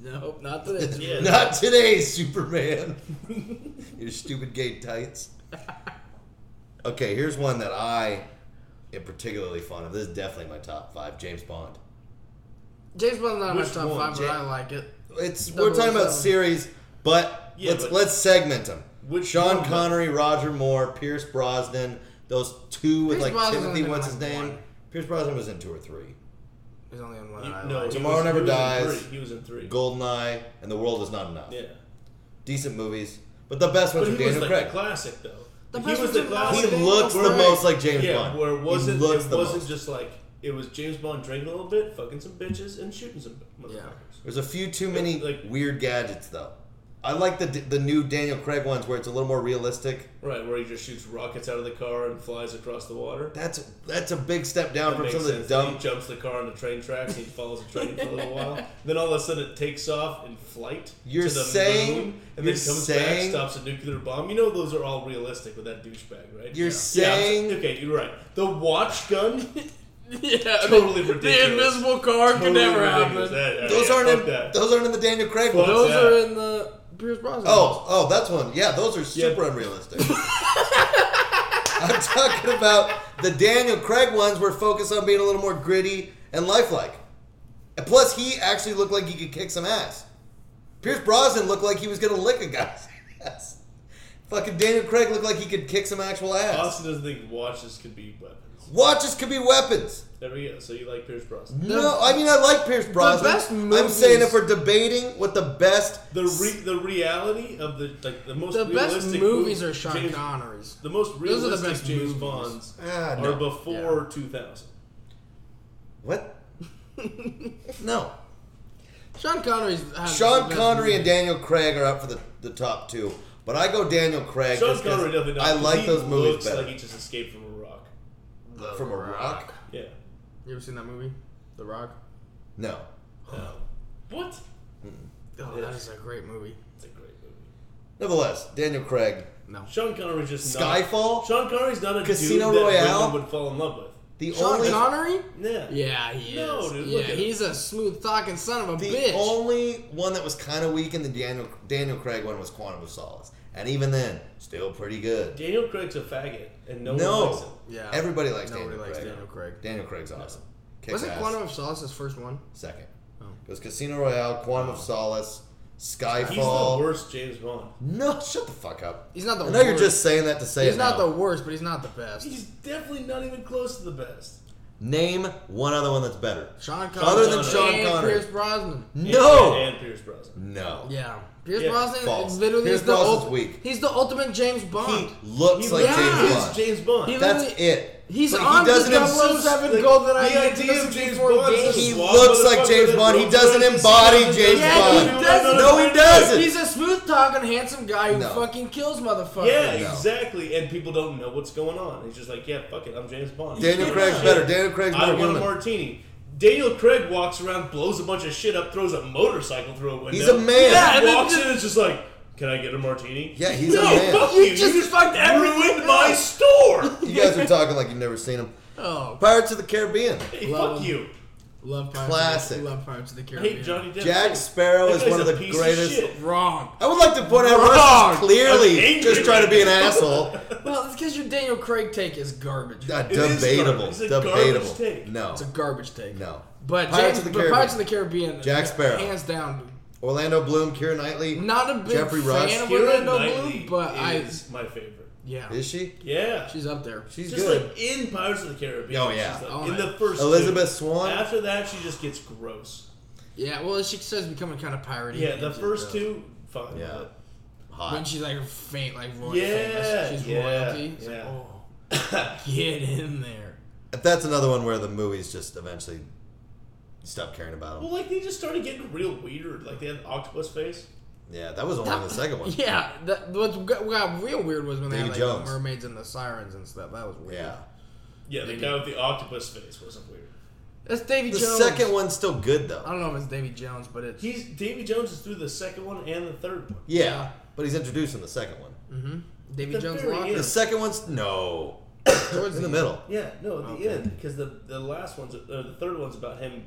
Nope, not today. Yeah. Not today, Superman. Your stupid gay tights. Okay, here's one that I am particularly fond of. This is definitely my top five. James Bond. James Bond's not in my Which top one? five, but Ja- I like it. It's we're talking 007. about series, but Yeah, let's but- let's segment them. Which Sean one? Connery, Roger Moore, Pierce Brosnan, those two with Pierce like Brosnan Timothy. was in What's like his name? one. Pierce Brosnan was in two or three. There's only one You- I no, like. he Tomorrow was- Never he was in Dies. three. He was in three. Goldeneye and The World Is Not Enough. Yeah, Decent movies, but the best but ones he are was Daniel like Craig. the classic though. The he best was ones the in He classic. Daniel looks the Craig. most like James yeah, Bond. where it wasn't he looks it the wasn't most. just like it was James Bond drinking a little bit, fucking some bitches, and shooting some motherfuckers. Yeah. There's a few too many Like- weird gadgets though. I like the the new Daniel Craig ones where it's a little more realistic. Right, where he just shoots rockets out of the car and flies across the water. That's that's a big step down That from makes some of the sense. dumb. He jumps the car on the train tracks and he follows the train for a little while. Then all of a sudden it takes off in flight. You're to the saying- moon, and you're then comes saying- back, stops a nuclear bomb. You know those are all realistic with that douchebag, right? You're Yeah. saying- Yeah, okay, you're right. The watch gun yeah, Totally ridiculous. car totally ridiculous. That- Those yeah, aren't fuck in, that. those aren't in the Daniel Craig Fuck one. Those that. are in the Pierce Brosnan. Oh, oh, that's one. Yeah, those are super unrealistic. I'm talking about the Daniel Craig ones were focused on being a little more gritty and lifelike. And plus, he actually looked like he could kick some ass. Pierce Brosnan looked like he was going to lick a guy's ass. Fucking Daniel Craig looked like he could kick some actual ass. Austin doesn't think watches could be weapons. Watches could be weapons. There we go. So you like Pierce Brosnan? No, I mean I like Pierce Brosnan. best I'm saying movies- if we're debating what the best, The re- the reality of the like the most The best realistic movies movie- are Sean James- Connery's. The Those most are realistic the best James movies. Bonds Ah, are no. before 2000. what? no, Sean Connery's. has the Sean best Connery and movies. Daniel Craig are up for the, the top two, but I go Daniel Craig. Sean just 'cause Connery definitely not. I 'cause like he those movies looks better. Like he just escaped from Iraq. The From a rock? Yeah. You ever seen that movie, The Rock? No, No. what? Oh, that is a great movie. It's a great movie. nevertheless, Daniel Craig, No. Sean Connery's just Skyfall? Not, Sean Connery's not a Casino dude that Royale? women would fall in love with. the Sean only Connery? Yeah. Yeah, he is. No, dude, yeah, look at he's a smooth talking son of a the bitch. only one that was kind of weak in the Daniel Daniel Craig one was Quantum of Solace, and even then, still pretty good. Daniel Craig's a faggot, and no, No. one likes him. yeah, Everybody likes Nobody Daniel likes Craig. Daniel Craig. Daniel Craig's awesome. Kicks Wasn't ass. Quantum of Solace his first one? second? Oh. It was Casino Royale, Quantum of Solace, He's Skyfall. the worst James Bond. No, shut the fuck up. He's not the I know you're worst. just saying that to say He's it not now. the worst, but he's not the best. He's definitely not even close to the best. Name one other one that's better. Sean Connery. Other than Sean and Connery. Pierce Brosnan. No. And, and Pierce Brosnan. No. Yeah. Pierce Yeah, Brosnan false. is literally Pierce is the Brosnan's ult- weak. He's the ultimate James Bond. He looks He like really James is Bond. James Bond. He That's literally- it. He's But he on doesn't the exist. 007 Like, gold that I the made idea of to James before Bond's game. is He Swab looks like motherfucker James that Bond. He rolls doesn't around embody casino James and- Bond. Yeah, he doesn't. No, he doesn't. He's a smooth talking, handsome guy who No. fucking kills motherfuckers. Yeah, No. exactly. And people don't know what's going on. He's just like, yeah, fuck it, I'm James Bond. Daniel Yeah. Craig's better. Daniel Craig's I better want a woman. martini. Daniel Craig walks around, blows a bunch of shit up, throws a motorcycle through a window. He's a man. Yeah, and He then walks just- in and is just like, can I get a martini? Yeah, he's no, a man. fuck You you. You just just, fucked everything ruined up. my store. You guys are talking like you've never seen him. Oh, Pirates of the Caribbean. Hey, Love him. fuck you. love Pirates. Classic. Of the, love Pirates of the I Caribbean. hate Johnny Depp. Jack Sparrow That is guy's one of a the piece greatest- shit. Wrong. I would like to point out Wrong. Russ is I'm clearly angry just trying to be an asshole. Well, it's because your Daniel Craig take is garbage. Uh, It is debatable. garbage. It's a debatable. garbage take. No. It's a garbage take. No. But Pirates James, of the but Caribbean. Pirates of the Caribbean. uh, Jack Sparrow. Hands down. Orlando Bloom, Keira Knightley. Not a big Jeffrey fan Rush. of Keira Orlando Knightley Bloom, but I. is my favorite. Yeah. Is she? Yeah. She's up there. She's just good. like in Pirates of the Caribbean. Oh, yeah. she's like- Oh, in yeah. the first Elizabeth two. Swan? After that, she just gets gross. Yeah, well, she says becoming kind of piratey. Yeah, the It's first gross. two, fine. yeah. When Hot. she's like faint, like royal Yeah, famous. She's yeah, royalty. It's yeah. like, oh, get in there. That's another one where the movies just eventually stop caring about Well, them. like they just started getting real weird. Like they had an octopus face. Yeah, that was only the second one. Yeah, that, what's got, what got real weird was when they Davy had like, Jones. the mermaids and the sirens and stuff. That was weird. Yeah. Yeah, the Maybe. guy with the octopus face wasn't weird. That's Davy The Jones. second one's still good, I though. don't know if it's Davy Jones, but it's He's Davy Jones is through the second one and the third one. Yeah, but he's introduced in the second one. mm-hmm. Davy the Jones very Locker. The end. second one's. No. Towards In the middle. Yeah, no, at the Okay. end because the the last one's or the third one's about him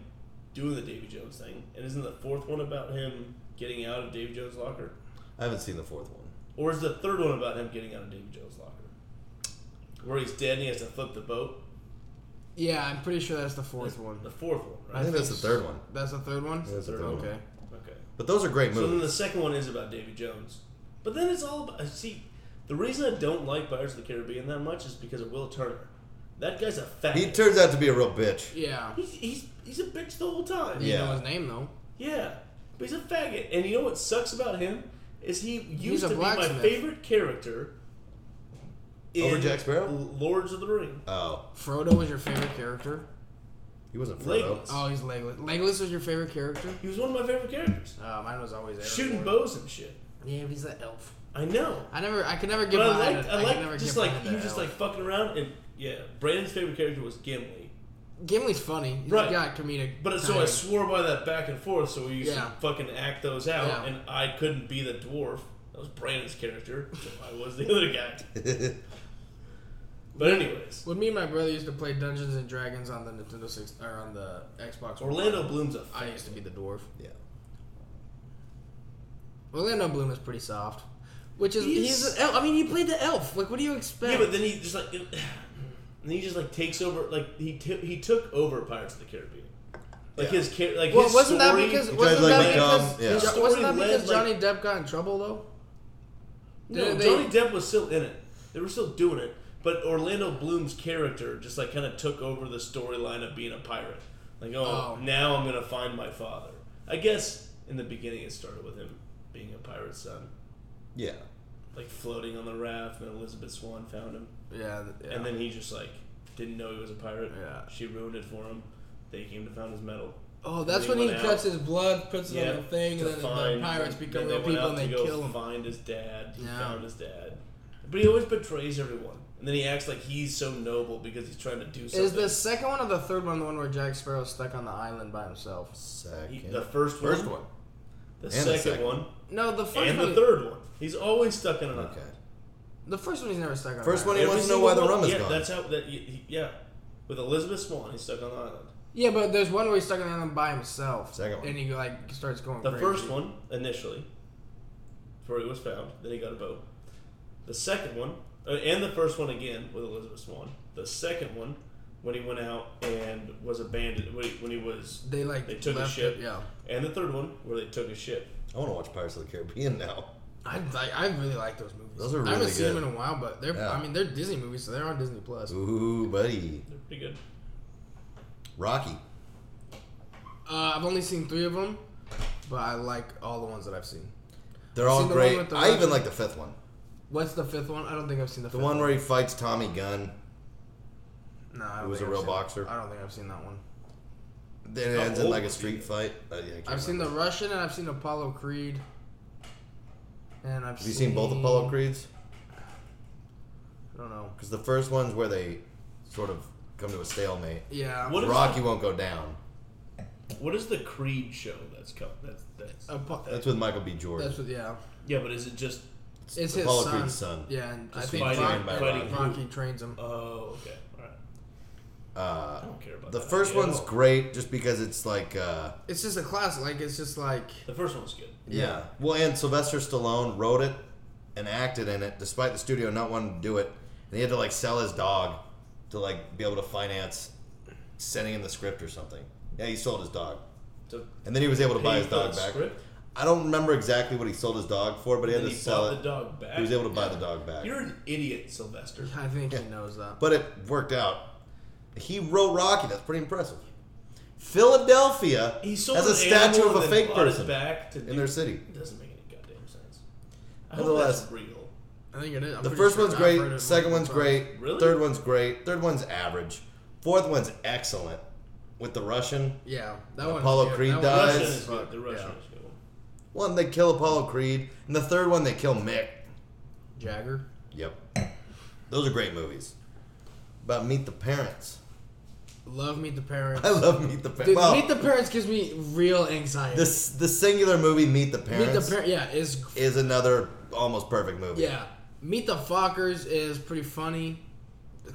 doing the Davy Jones thing, and isn't the fourth one about him getting out of Davy Jones' locker, I haven't seen the fourth one. or is the third one about him getting out of Davy Jones' locker, where he's dead and he has to flip the boat? Yeah, I'm pretty sure that's the fourth one. The fourth one, I right? think that's the third one. That's the third one. That's the third one. okay. Okay. But those are great So then movies. the second one is about Davy Jones. But then it's all about. uh, See, the reason I don't like Pirates of the Caribbean that much is because of Will Turner. That guy's a fat. He turns out to be a real bitch. Yeah. He's, he's, he's a bitch the whole time. You Yeah. know his name though. Yeah. But he's a faggot. And you know what sucks about him? Is he used a to be my blacksmith. favorite character in Over Jack Sparrow? Lords of the Ring. Oh, Frodo was your favorite character. he wasn't Frodo. Legolas. Oh, he's legless. Legless was your favorite character. He was one of my favorite characters. Uh, mine was always Aragorn. Shooting bows and shit. Yeah, but he's an elf. I know. I never, I could never get But I behind like, it. I could like never just get like behind he that was just elf. like fucking around and yeah. Brandon's favorite character was Gimli. Gimli's funny. He's Right. got comedic. But so I timing. swore by that back and forth, so we used Yeah. to fucking act those out, Yeah. and I couldn't be the dwarf. That was Brandon's character, so I was the other guy. But anyways, When me and my brother used to play Dungeons and Dragons on the Nintendo six or on the Xbox, One, Orlando Bloom's a I fucking used to be the dwarf. yeah. Orlando Bloom is pretty soft, which is He's- he's, an elf. I mean, he played the elf. Like, what do you expect? yeah, but then he just like, and he just like takes over, like he t- he took over Pirates of the Caribbean, like Yeah. his character, like well, his wasn't story, that because tried wasn't to, like, that become- because yeah. Jo- wasn't that Story because led, Johnny Depp got in trouble though? No, They- Johnny Depp was still in it. They were still doing it, but Orlando Bloom's character just like kind of took over the storyline of being a pirate. Like, oh, Oh. now I'm gonna find my father. I guess in the beginning it started with him being a pirate's son, Yeah. like floating on the raft, and Elizabeth Swan found him, Yeah, th- yeah. and then he just like didn't know he was a pirate. Yeah. she ruined it for him. They came to find his medal. oh, that's then when he he went cuts out. his blood, puts it on Yeah, the thing, to and then the find- pirates then become they real went people out and to they go kill him. Find his dad. He Yeah. found his dad, but he always betrays everyone, and then he acts like he's so noble because he's trying to do something. Is the second one or the third one the one where Jack Sparrow's stuck on the island by himself? He- Second. the first one, First one. the the second, second. one, No, the first and one. the third one? He's always stuck in an okay. island. The first one he's never stuck on. First an one he island. Every wants to know single why the one- rum is yeah, gone. That's how that. He, he- yeah, with Elizabeth Swan, he's stuck on the island. Yeah, but there's one where he's stuck on an island by himself. Second one. And he like starts going. The crazy. first one initially, before he was found, then he got a boat. The second one, uh, and the first one again with Elizabeth Swan. The second one, when he went out and was abandoned, when he, when he was, They like they took a left ship. It, yeah. And the third one, where they took a ship. I want to watch Pirates of the Caribbean now. I like, I really like those movies. Those are I haven't really seen them good. in a while, but they're Yeah. I mean they're Disney movies, so they're on Disney Plus. Ooh, buddy. They're pretty good. Rocky. Uh, I've only seen three of them, but I like all the ones that I've seen. They're all seen the one great. with the I even Russian- like the fifth one. What's the fifth one? I don't think I've seen the, The fifth one where he fights Tommy Gunn. No, I don't who was think a I've real seen that. boxer. I don't think I've seen that one. Then it ends in old like a was he? street fight. Uh, yeah, I can't I've seen the remember. Russian and I've seen Apollo Creed. And I've Have you seen both Apollo Creeds? I don't know. Because the first one's where they sort of come to a stalemate. Yeah. What is Rocky won't go down. What is the Creed show that's come? That's that's. Um, Apo- That's with Michael B. Jordan. that's what. Yeah. Yeah, but is it just? It's, his Apollo son. Creed's son. Yeah, and I Just think fighting Rocky, him by Rocky, Rocky. trains him. Oh, okay, all right. uh, I don't care about the that first idea at one's all. great just because it's like, uh, It's just a classic. Like it's just like The first one's good. yeah. Well, and Sylvester Stallone wrote it and acted in it despite the studio not wanting to do it. And he had to like sell his dog to like be able to finance sending him the script or something. Yeah, he sold his dog. So And then he was able to buy his Paid for dog the back. script? I don't remember exactly what he sold his dog for, but he had then to he sell bought it. the dog back. He was able to buy the dog back. You're an idiot, Sylvester. I think he knows that. But it worked out. He wrote Rocky. That's pretty impressive. Philadelphia He has sold a an statue animal of a and then fake bought it person back to in their city. It doesn't make any goddamn sense. I hope Nonetheless. that's real. I think it is. I'm The pretty first sure one's I've heard it great. Second multiple one's times. great. Really? Third one's great. Third one's average. Fourth one's excellent. With the Russian Yeah, that And one. Apollo Creed dies. Russian Guys, is good. The Russian is good. one, they kill Apollo Creed. And the third one, they kill Mick. Jagger. Yep. Those are great movies. About Meet the Parents. Love Meet the Parents. I love Meet the Parents. Dude, Well, Meet the Parents gives me real anxiety. this, the singular movie Meet the Meet Parents the Parents. Yeah, is is another almost perfect movie. yeah. Meet the Fockers is pretty funny.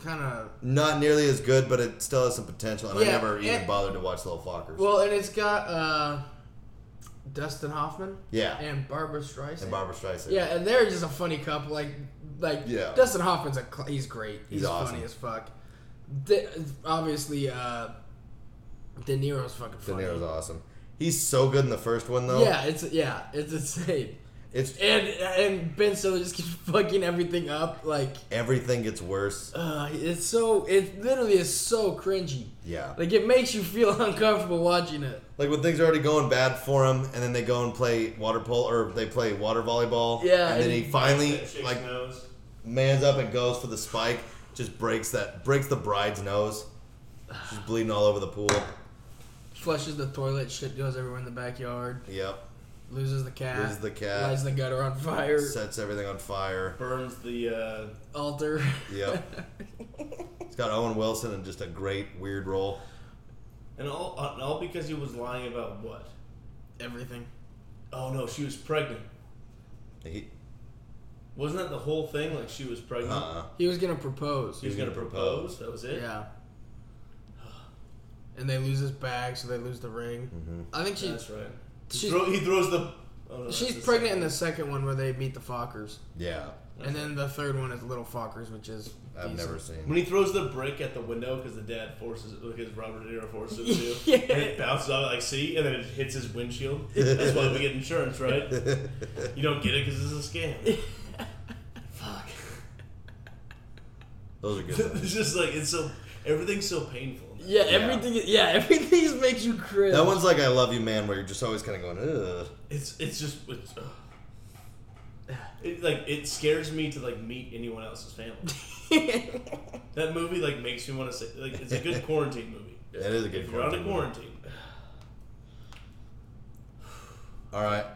Kind of not nearly as good, but it still has some potential. And I Yeah, never even it- bothered to watch Little Fockers. well, and it's got uh, Dustin Hoffman. Yeah. And Barbara Streisand. and Barbara Streisand. Yeah, and they're just a funny couple. Like, like Yeah. Dustin Hoffman's a cl- he's great. He's, He's awesome. funny as fuck. De- obviously, uh, De Niro's fucking De funny. Niro's awesome. He's so good in the first one though. Yeah, it's yeah, it's insane. it's And and Ben Stiller just keeps fucking everything up. Like, everything gets worse. uh, it's so it literally is so cringy. Yeah, like, Like it makes you feel uncomfortable watching it. when things are already going bad for him, and then they go and play water polo or they play water volleyball. Yeah, and then and- he finally That chick's like nose. mans up and goes for the spike, just breaks that breaks the bride's nose. She's bleeding all over the pool. Flushes the toilet, shit goes everywhere in the backyard. Yep, Loses the cat. Loses the cat. Lights the gutter on fire. sets everything on fire. burns the uh, Altar. Yep. It's got Owen Wilson and just a great weird role. and all and all because he was lying about what? Everything. Oh no, she was pregnant. He, Wasn't that the whole thing? Like she was Uh-huh. pregnant. uh-uh. He was gonna propose. He was gonna propose. That was it. Yeah. And they lose his bag, so they lose the ring. Mm-hmm. I think she That's right. He, she's throw, he throws the. Oh, no, she's that's pregnant in second the second one where they meet the Fockers, Yeah, and then the third one is Little Fockers, which is I've decent. never When seen. he throws the brick at the window because the dad forces it, because Robert De Niro forces it too, Yeah. and it bounces off like see, and then it hits his windshield. That's why we get insurance, right? You don't get it because it's a scam. Those are good. ones. it's just like it's so everything's so painful. in that. Yeah, everything. Yeah, everything just makes you cringe. That one's like I Love You Man, where you're just always kind of going, ugh. It's it's just it's, ugh. it, like it scares me to like meet anyone else's family. that movie like makes me want to say like it's a good quarantine movie. That is a good If you're on a quarantine movie. quarantine, All right,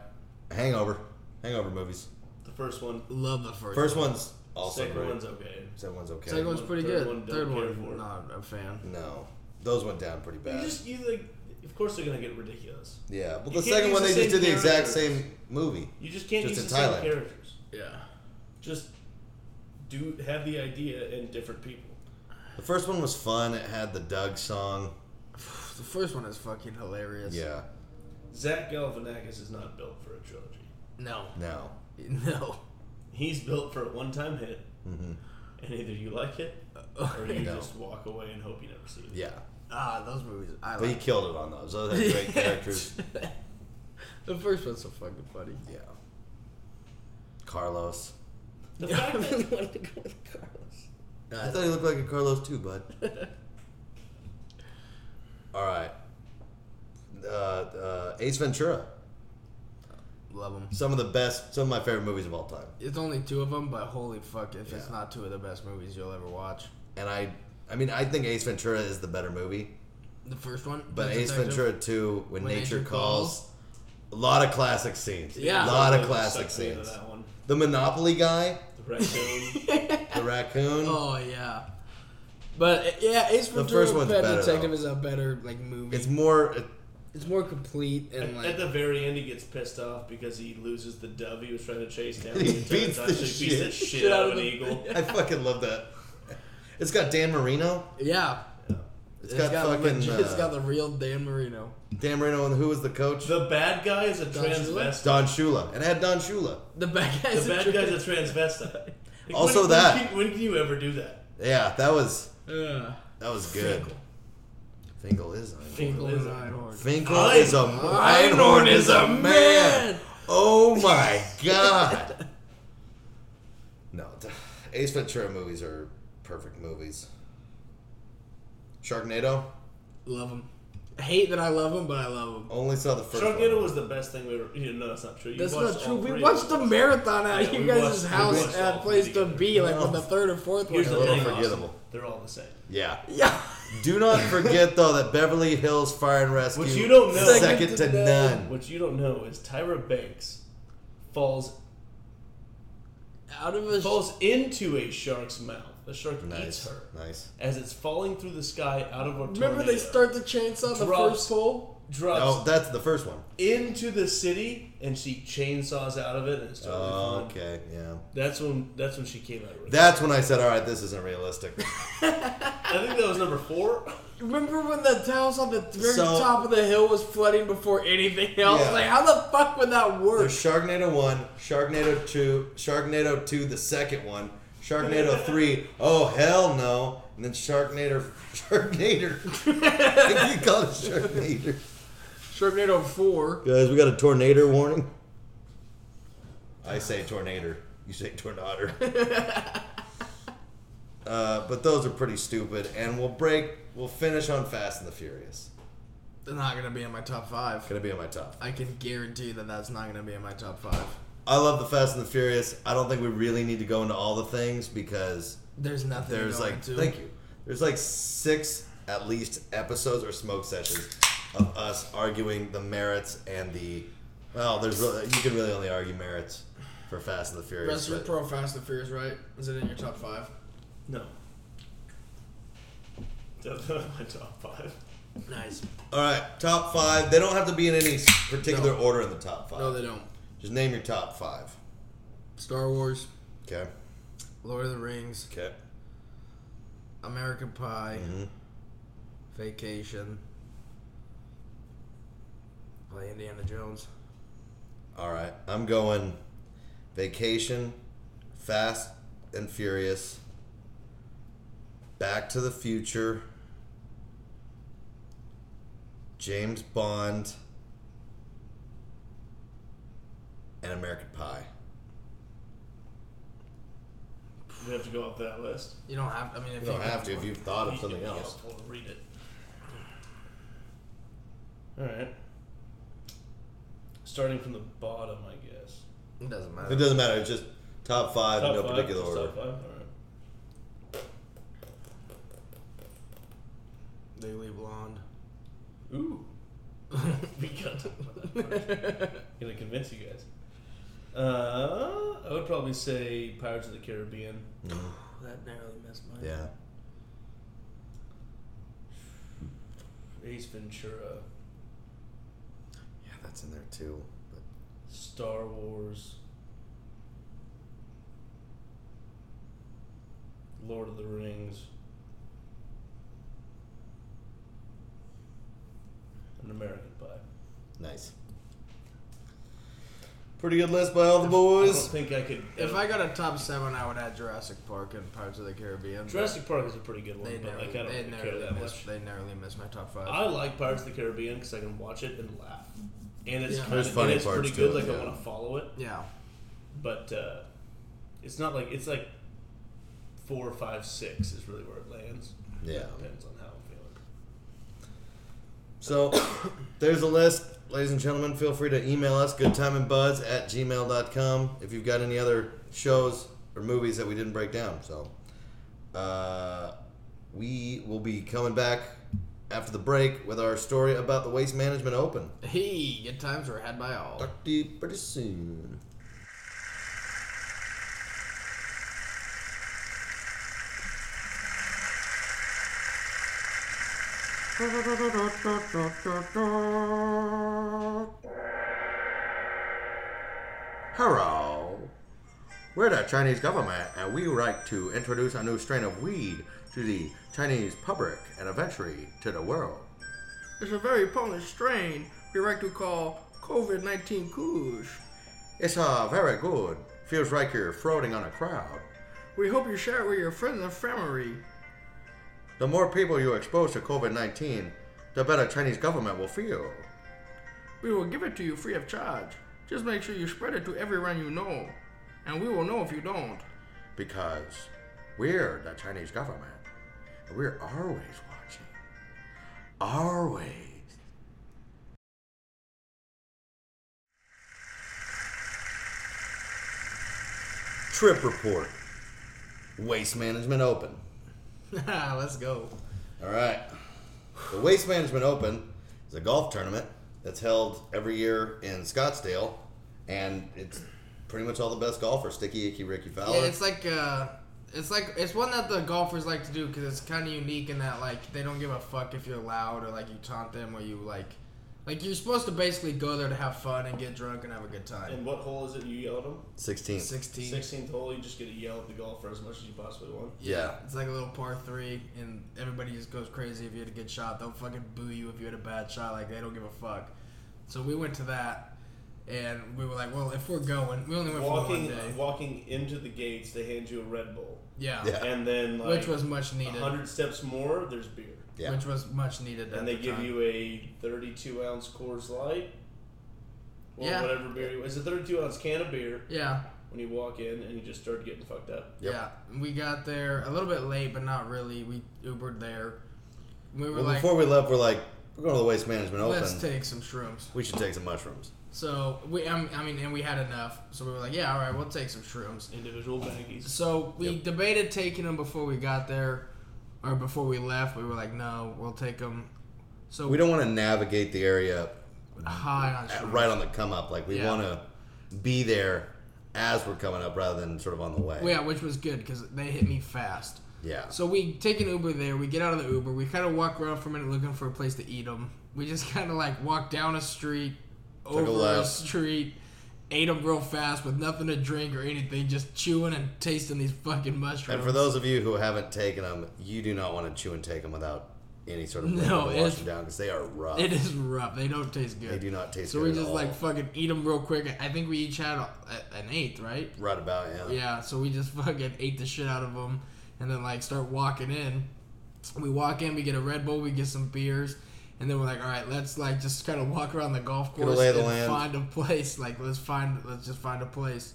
Hangover, Hangover movies. the first one, Love the first. First one's also second great. one's okay. Second one's okay. Second one's one, pretty third good. one, don't third care one, for. not a fan. No, those went down pretty You bad. just you like of course they're gonna get ridiculous. yeah, well, you the can't second use one the they just same did the exact characters. same movie. You just can't Just use the in Thailand. same characters. Yeah. Just do have the idea and different people. The first one was fun. It had the Doug song. The first one is fucking hilarious. Yeah. Zach Galifianakis is not built for a trilogy. No. No. No. He's built for a one-time hit, Mm-hmm. and either you like it or you No. just walk away and hope you never see it. Yeah. Ah, those movies. I But he like. killed it on those. Those had great characters. The first one's so fucking funny. Yeah. Carlos. The I fact really that wanted to go with Carlos. Uh, I thought he looked like a Carlos too, bud. All right. Uh, uh, Ace Ventura. Love them. Some of the best, some of my favorite movies of all time. It's only two of them, but holy fuck, if it's Yeah. not two of the best movies you'll ever watch. And I, I mean, I think Ace Ventura is the better movie. The first one, But The Ace Detective, Ventura 2, When, When Nature, Nature calls, a lot of classic scenes. Yeah. A lot of that classic sucked me into scenes. That one. The Monopoly guy, The raccoon. the raccoon. Oh yeah, but uh, yeah, Ace The Ventura: first one's Pet better, Detective though. is a better like movie. It's It's, more, it, more complete and At like the very end, he gets pissed off because he loses the dove he was trying to chase down. He It turns beats out the she beats shit- the shit out of an eagle. I fucking love that. It's got Dan Marino. yeah. It's got, fucking legit- it's uh, got the real Dan Marino. Dan Marino and who was the coach? The bad guy is a Don Shula? transvestite. Don Shula. And it had Don Shula. The bad guy's The a bad trick- guy's a transvestite. Like, Also when, that. When can, when can you ever do that? Yeah, that was Ugh. that was good. Finkel is Einhorn. Finkel is is a- Einhorn. Finkel Ein- is a Einhorn is a man. Oh my god. No, d- Ace Ventura movies are perfect movies. Sharknado. Love him. Hate that I love him, but I love him. Only saw the first Sharknado one. was the best thing we ever. You know, that's not true. You That's watched not true. all We three watched of the those. marathon at Yeah, you we guys' watched- we house watched all at place three to together. be, like on No. the third or fourth Here's one. A the little thing, Austin. forgettable. They're all the same. Yeah. Yeah. Do not forget though that Beverly Hills Fire and Rescue Which you don't know. is second to Second to none. What you don't know is Tyra Banks falls Out of a falls into a shark's mouth. The shark eats Nice. her Nice. as it's falling through the sky out of a tornado. Remember they start the chainsaw the Drops. first pole? drops Oh, that's the first one. into the city and she chainsaws out of it and it's totally fine. Oh, okay, yeah. That's when that's when she came out. With it. That's when I said, all right, this isn't realistic. I think that was number four. Remember when the house on the very So- top of the hill was flooding before anything else? Yeah. Like, how the fuck would that work? There's Sharknado 1, Sharknado 2, Sharknado 2, the second one, Sharknado 3, oh hell no, and then Sharknado, Sharknator. I think you called it Sharknator. Sharknado 4. Guys, we got a tornado warning. I say tornado. You say tornado. uh, but those are pretty stupid, and we'll break. We'll finish on Fast and the Furious. They're not going to be in my top five. Gonna be on my top. I can guarantee that that's not going to be in my top five. I love the Fast and the Furious. I don't think we really need to go into all the things because There's nothing there's going like to. thank you. There's like six at least episodes or smoke sessions of us arguing the merits and the well. There's really, you can really only argue merits for Fast and the Furious. Wrestler but- Pro Fast and Furious, right? Is it in your top five? No. That's not my top five. Nice. All right, top five. They don't have to be in any particular No. order in the top five. No, they don't. Just name your top five. Star Wars, Okay. Lord of the Rings, Okay. American Pie, hmm Mm-hmm. Vacation, play Indiana Jones. All right. I'm going vacation, Fast and Furious, Back to the Future, James Bond, and American Pie. We have to go off that list. You don't have. I mean, if You don't have to if you've thought of something Yeah, else. I'll read it. All right. Starting from the bottom, I guess. It doesn't It matter. doesn't matter. It's just top five Top in no five? particular Just order. Top five. All right. Legally blonde. Ooh. we got to Gonna convince you guys. Uh, I would probably say Pirates of the Caribbean. That narrowly missed mine. Mm-hmm. Yeah. Ace Ventura. Yeah, that's in there too. Star Wars, Lord of the Rings, and American Pie. Nice. Pretty good list by all the boys. I don't think I could. If I got a top seven, I would add Jurassic Park and Pirates of the Caribbean. but Jurassic Park is a pretty good one, They but narrowly, like I don't they, really care narrowly that missed, much. they narrowly missed my top five. I like Pirates of the Caribbean because I can watch it and laugh, and it's Yeah. kind There's of funny it is parts pretty to good. it, like yeah. I want to follow it, yeah. but uh, it's not like it's like four, five, six is really where it lands. Yeah. Depends on how I'm feeling. So there's a list. Ladies and gentlemen, feel free to email us goodtimeandbuds at gmail.com if you've got any other shows or movies that we didn't break down. So uh, we will be coming back after the break with our story about the Waste Management Open. Hey, good times were had by all. Talk to you pretty soon. Hello. We're the Chinese government, and we would like to introduce a new strain of weed to the Chinese public and eventually to the world. It's a very potent strain we like to call COVID 19 Kush. It's uh, very good. Feels like you're floating on a cloud. We hope you share it with your friends and family. The more people you expose to COVID 19, the better Chinese government will feel. We will give it to you free of charge. Just make sure you spread it to everyone you know, and we will know if you don't. Because we're the Chinese government. And we're always watching. Always. Trip report. Waste management open. Let's go. All right. The Waste Management Open is a golf tournament that's held every year in Scottsdale, and it's pretty much all the best golfers: Sticky Icky, Ricky Fowler. Yeah, it's like uh, it's like it's one that the golfers like to do because it's kind of unique in that like they don't give a fuck if you're loud or like you taunt them or you like, like you're supposed to basically go there to have fun and get drunk and have a good time. And what hole is it you yell at them? 16. Sixteen. Sixteenth hole, you just get to yell at the golfer as much as you possibly want. Yeah. It's like a little par three, and everybody just goes crazy if you had a good shot. They'll fucking boo you if you had a bad shot. Like they don't give a fuck. So we went to that, and we were like, well, if we're going, we only went Walking, for one day. walking into the gates, they hand you a Red Bull, Yeah. Yeah. and then like Which was much needed. hundred steps more, there's beer, Yeah. Which was much needed. at and they the give time. you a thirty-two ounce Coors Light, or Yeah. whatever beer. you- It's a thirty-two ounce can of beer Yeah. when you walk in, and you just start getting fucked up. Yep. Yeah, we got there a little bit late, but not really. We Ubered there. We were Well, like, before we left, we're like, we're going to the Waste Management let's Open. take some shrooms. we should take some mushrooms. So we, I mean- I mean, and we had enough. So we were like, yeah, all right, we'll take some shrooms. Individual baggies. So we Yep. debated taking them before we got there, or before we left. We were like, no, we'll take them. So We don't want to navigate the area high on at- shrooms. right on the come up. Like, we Yeah. want to be there as we're coming up rather than sort of on the way. Yeah, which was good because they hit me fast. Yeah. So we take an Uber there. We get out of the Uber. We kind of walk around for a minute looking for a place to eat them. We just kind of like walk down a street, a over a, left. street, ate them real fast with nothing to drink or anything, just chewing and tasting these fucking mushrooms. And for those of you who haven't taken them, you do not want to chew and take them without any sort of No, liquid to wash it's- them down because they are rough. it is rough. They don't taste good. They do not taste So good we at just all. like fucking eat them real quick. I think we each had a, a- an eighth, right? right about yeah. Yeah, so we just fucking ate the shit out of them and then like start walking in. We walk in, we get a Red Bull, we get some beers, and then we're like, all right, let's like just kind of walk around the golf a course lay of and the land. find a place. Like let's find let's just find a place.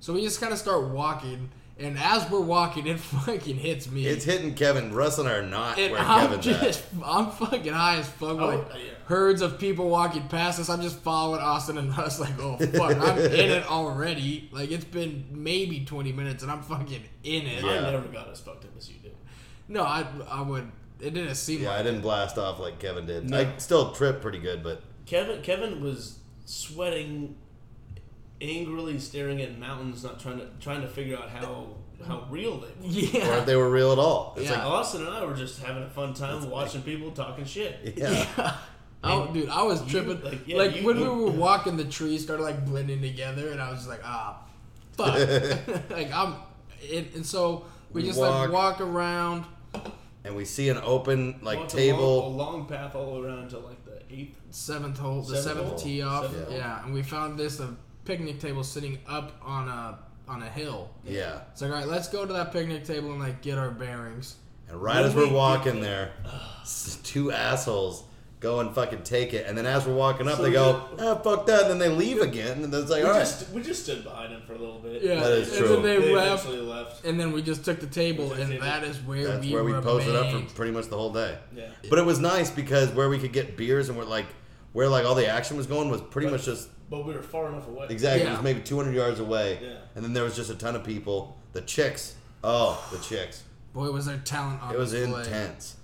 So we just kind of start walking And as we're walking, it fucking hits me. It's hitting Kevin. Russ and I are not and where I'm Kevin's just, at. I'm fucking high as fuck. Oh, like yeah. herds of people walking past us. I'm just following Austin and Russ. Like, oh fuck, I'm in it already. Like it's been maybe 20 minutes, and I'm fucking in it. Yeah. I never got as fucked up as you did. No, I, I would. It didn't seem Yeah, I like. didn't blast off like Kevin did. No. I still tripped pretty good, but Kevin Kevin was sweating, angrily staring at mountains, not trying to trying to figure out how how real they were. or if Yeah. they were real at all. It's Yeah. Austin and I were just having a fun time watching people talking shit. like, yeah. Oh, dude, I was tripping. like like, yeah, you when we would- were walking, the trees started like blending together, and I was just like, ah, fuck. like I'm, and, and so we We just walk. like walk around. And we see an open like Walked table. a long, a long path all around to like the eighth. seventh hole, the Seventh seventh, hole. tee off. Seventh yeah. hole. and we found this a picnic table sitting up on a on a hill. yeah. It's like, all right, let's go to that picnic table and like get our bearings. And right as we're walking there, s- two assholes go and fucking take it. And then as we're walking up, So they go, ah, fuck that. And then they leave again. And it's like, We all right. just we just stood behind him for a little bit. Yeah, That is and true. then They, they, left, eventually left. and then we just took the table, Took the and table. that is where That's we where we posted up remained. for pretty much the whole day. Yeah. But it was nice because where we could get beers and we're like, where like all the action was going was pretty much just But we were far enough away. exactly Yeah. just maybe 200 yards away. Yeah. And then there was just a ton of people. The chicks. Oh, the chicks. Boy, was their talent on It was display. intense.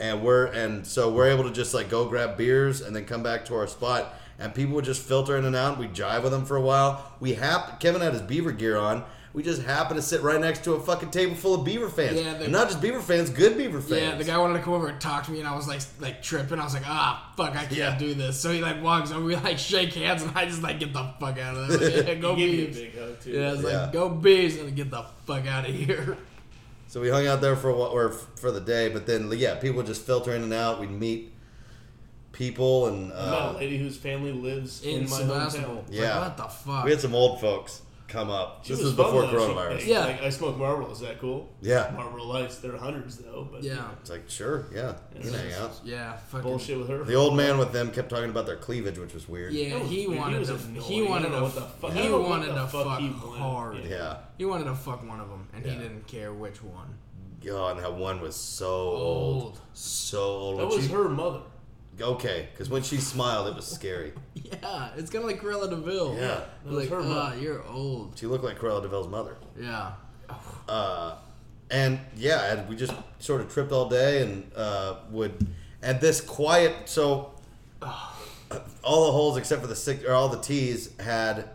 And we're and so we're able to just like go grab beers and then come back to our spot. And people would just filter in and out. We jive with them for a while. We hap Kevin had his beaver gear on. We just happened to sit right next to a fucking table full of beaver fans. Yeah, they- and not just beaver fans, good beaver fans. Yeah, the guy wanted to come over and talk to me, and I was like, like tripping. I was like, ah, fuck, I can't Yeah. do this. So he like walks over, we like shake hands, and I just like get the fuck out of there. Like, yeah, go He gave me a bees. big hug too. Yeah, I was Yeah. like, go bees, and get the fuck out of here. So we hung out there for a while, or f- for the day, but then yeah, people would just filter in and out. We'd meet people, and About a uh, lady whose family lives in, in, my Sebastopol. hometown. Like, Yeah. what the fuck? we had some old folks come up. She this was was before fun, though. She- coronavirus. hey, Yeah. like, I smoke Marlboro. Is that cool? Yeah. Marlboro Lights. They're hundreds though. But yeah, It's like sure, yeah, you can hang out. yeah, fucking. Bullshit with her. The old man with them kept talking about their cleavage, which was weird. Yeah, was- he dude, he wanted was to. annoying. He I wanted don't know to. what the fuck- I He don't know what wanted the to fuck fuck he wanted. hard. Yeah. He wanted to fuck one of them, and he Yeah. didn't care which one. God, and that one was so old, Old. so old. That When was she- her mother. Okay, because when she smiled, it was scary. Yeah, it's kind of like Cruella Deville. Yeah. That was like, her ah, mom. you're old. She looked like Cruella Deville's mother. Yeah, uh, and yeah, and we just sort of tripped all day and uh, would and this quiet. So uh, all the holes except for the six or all the tees had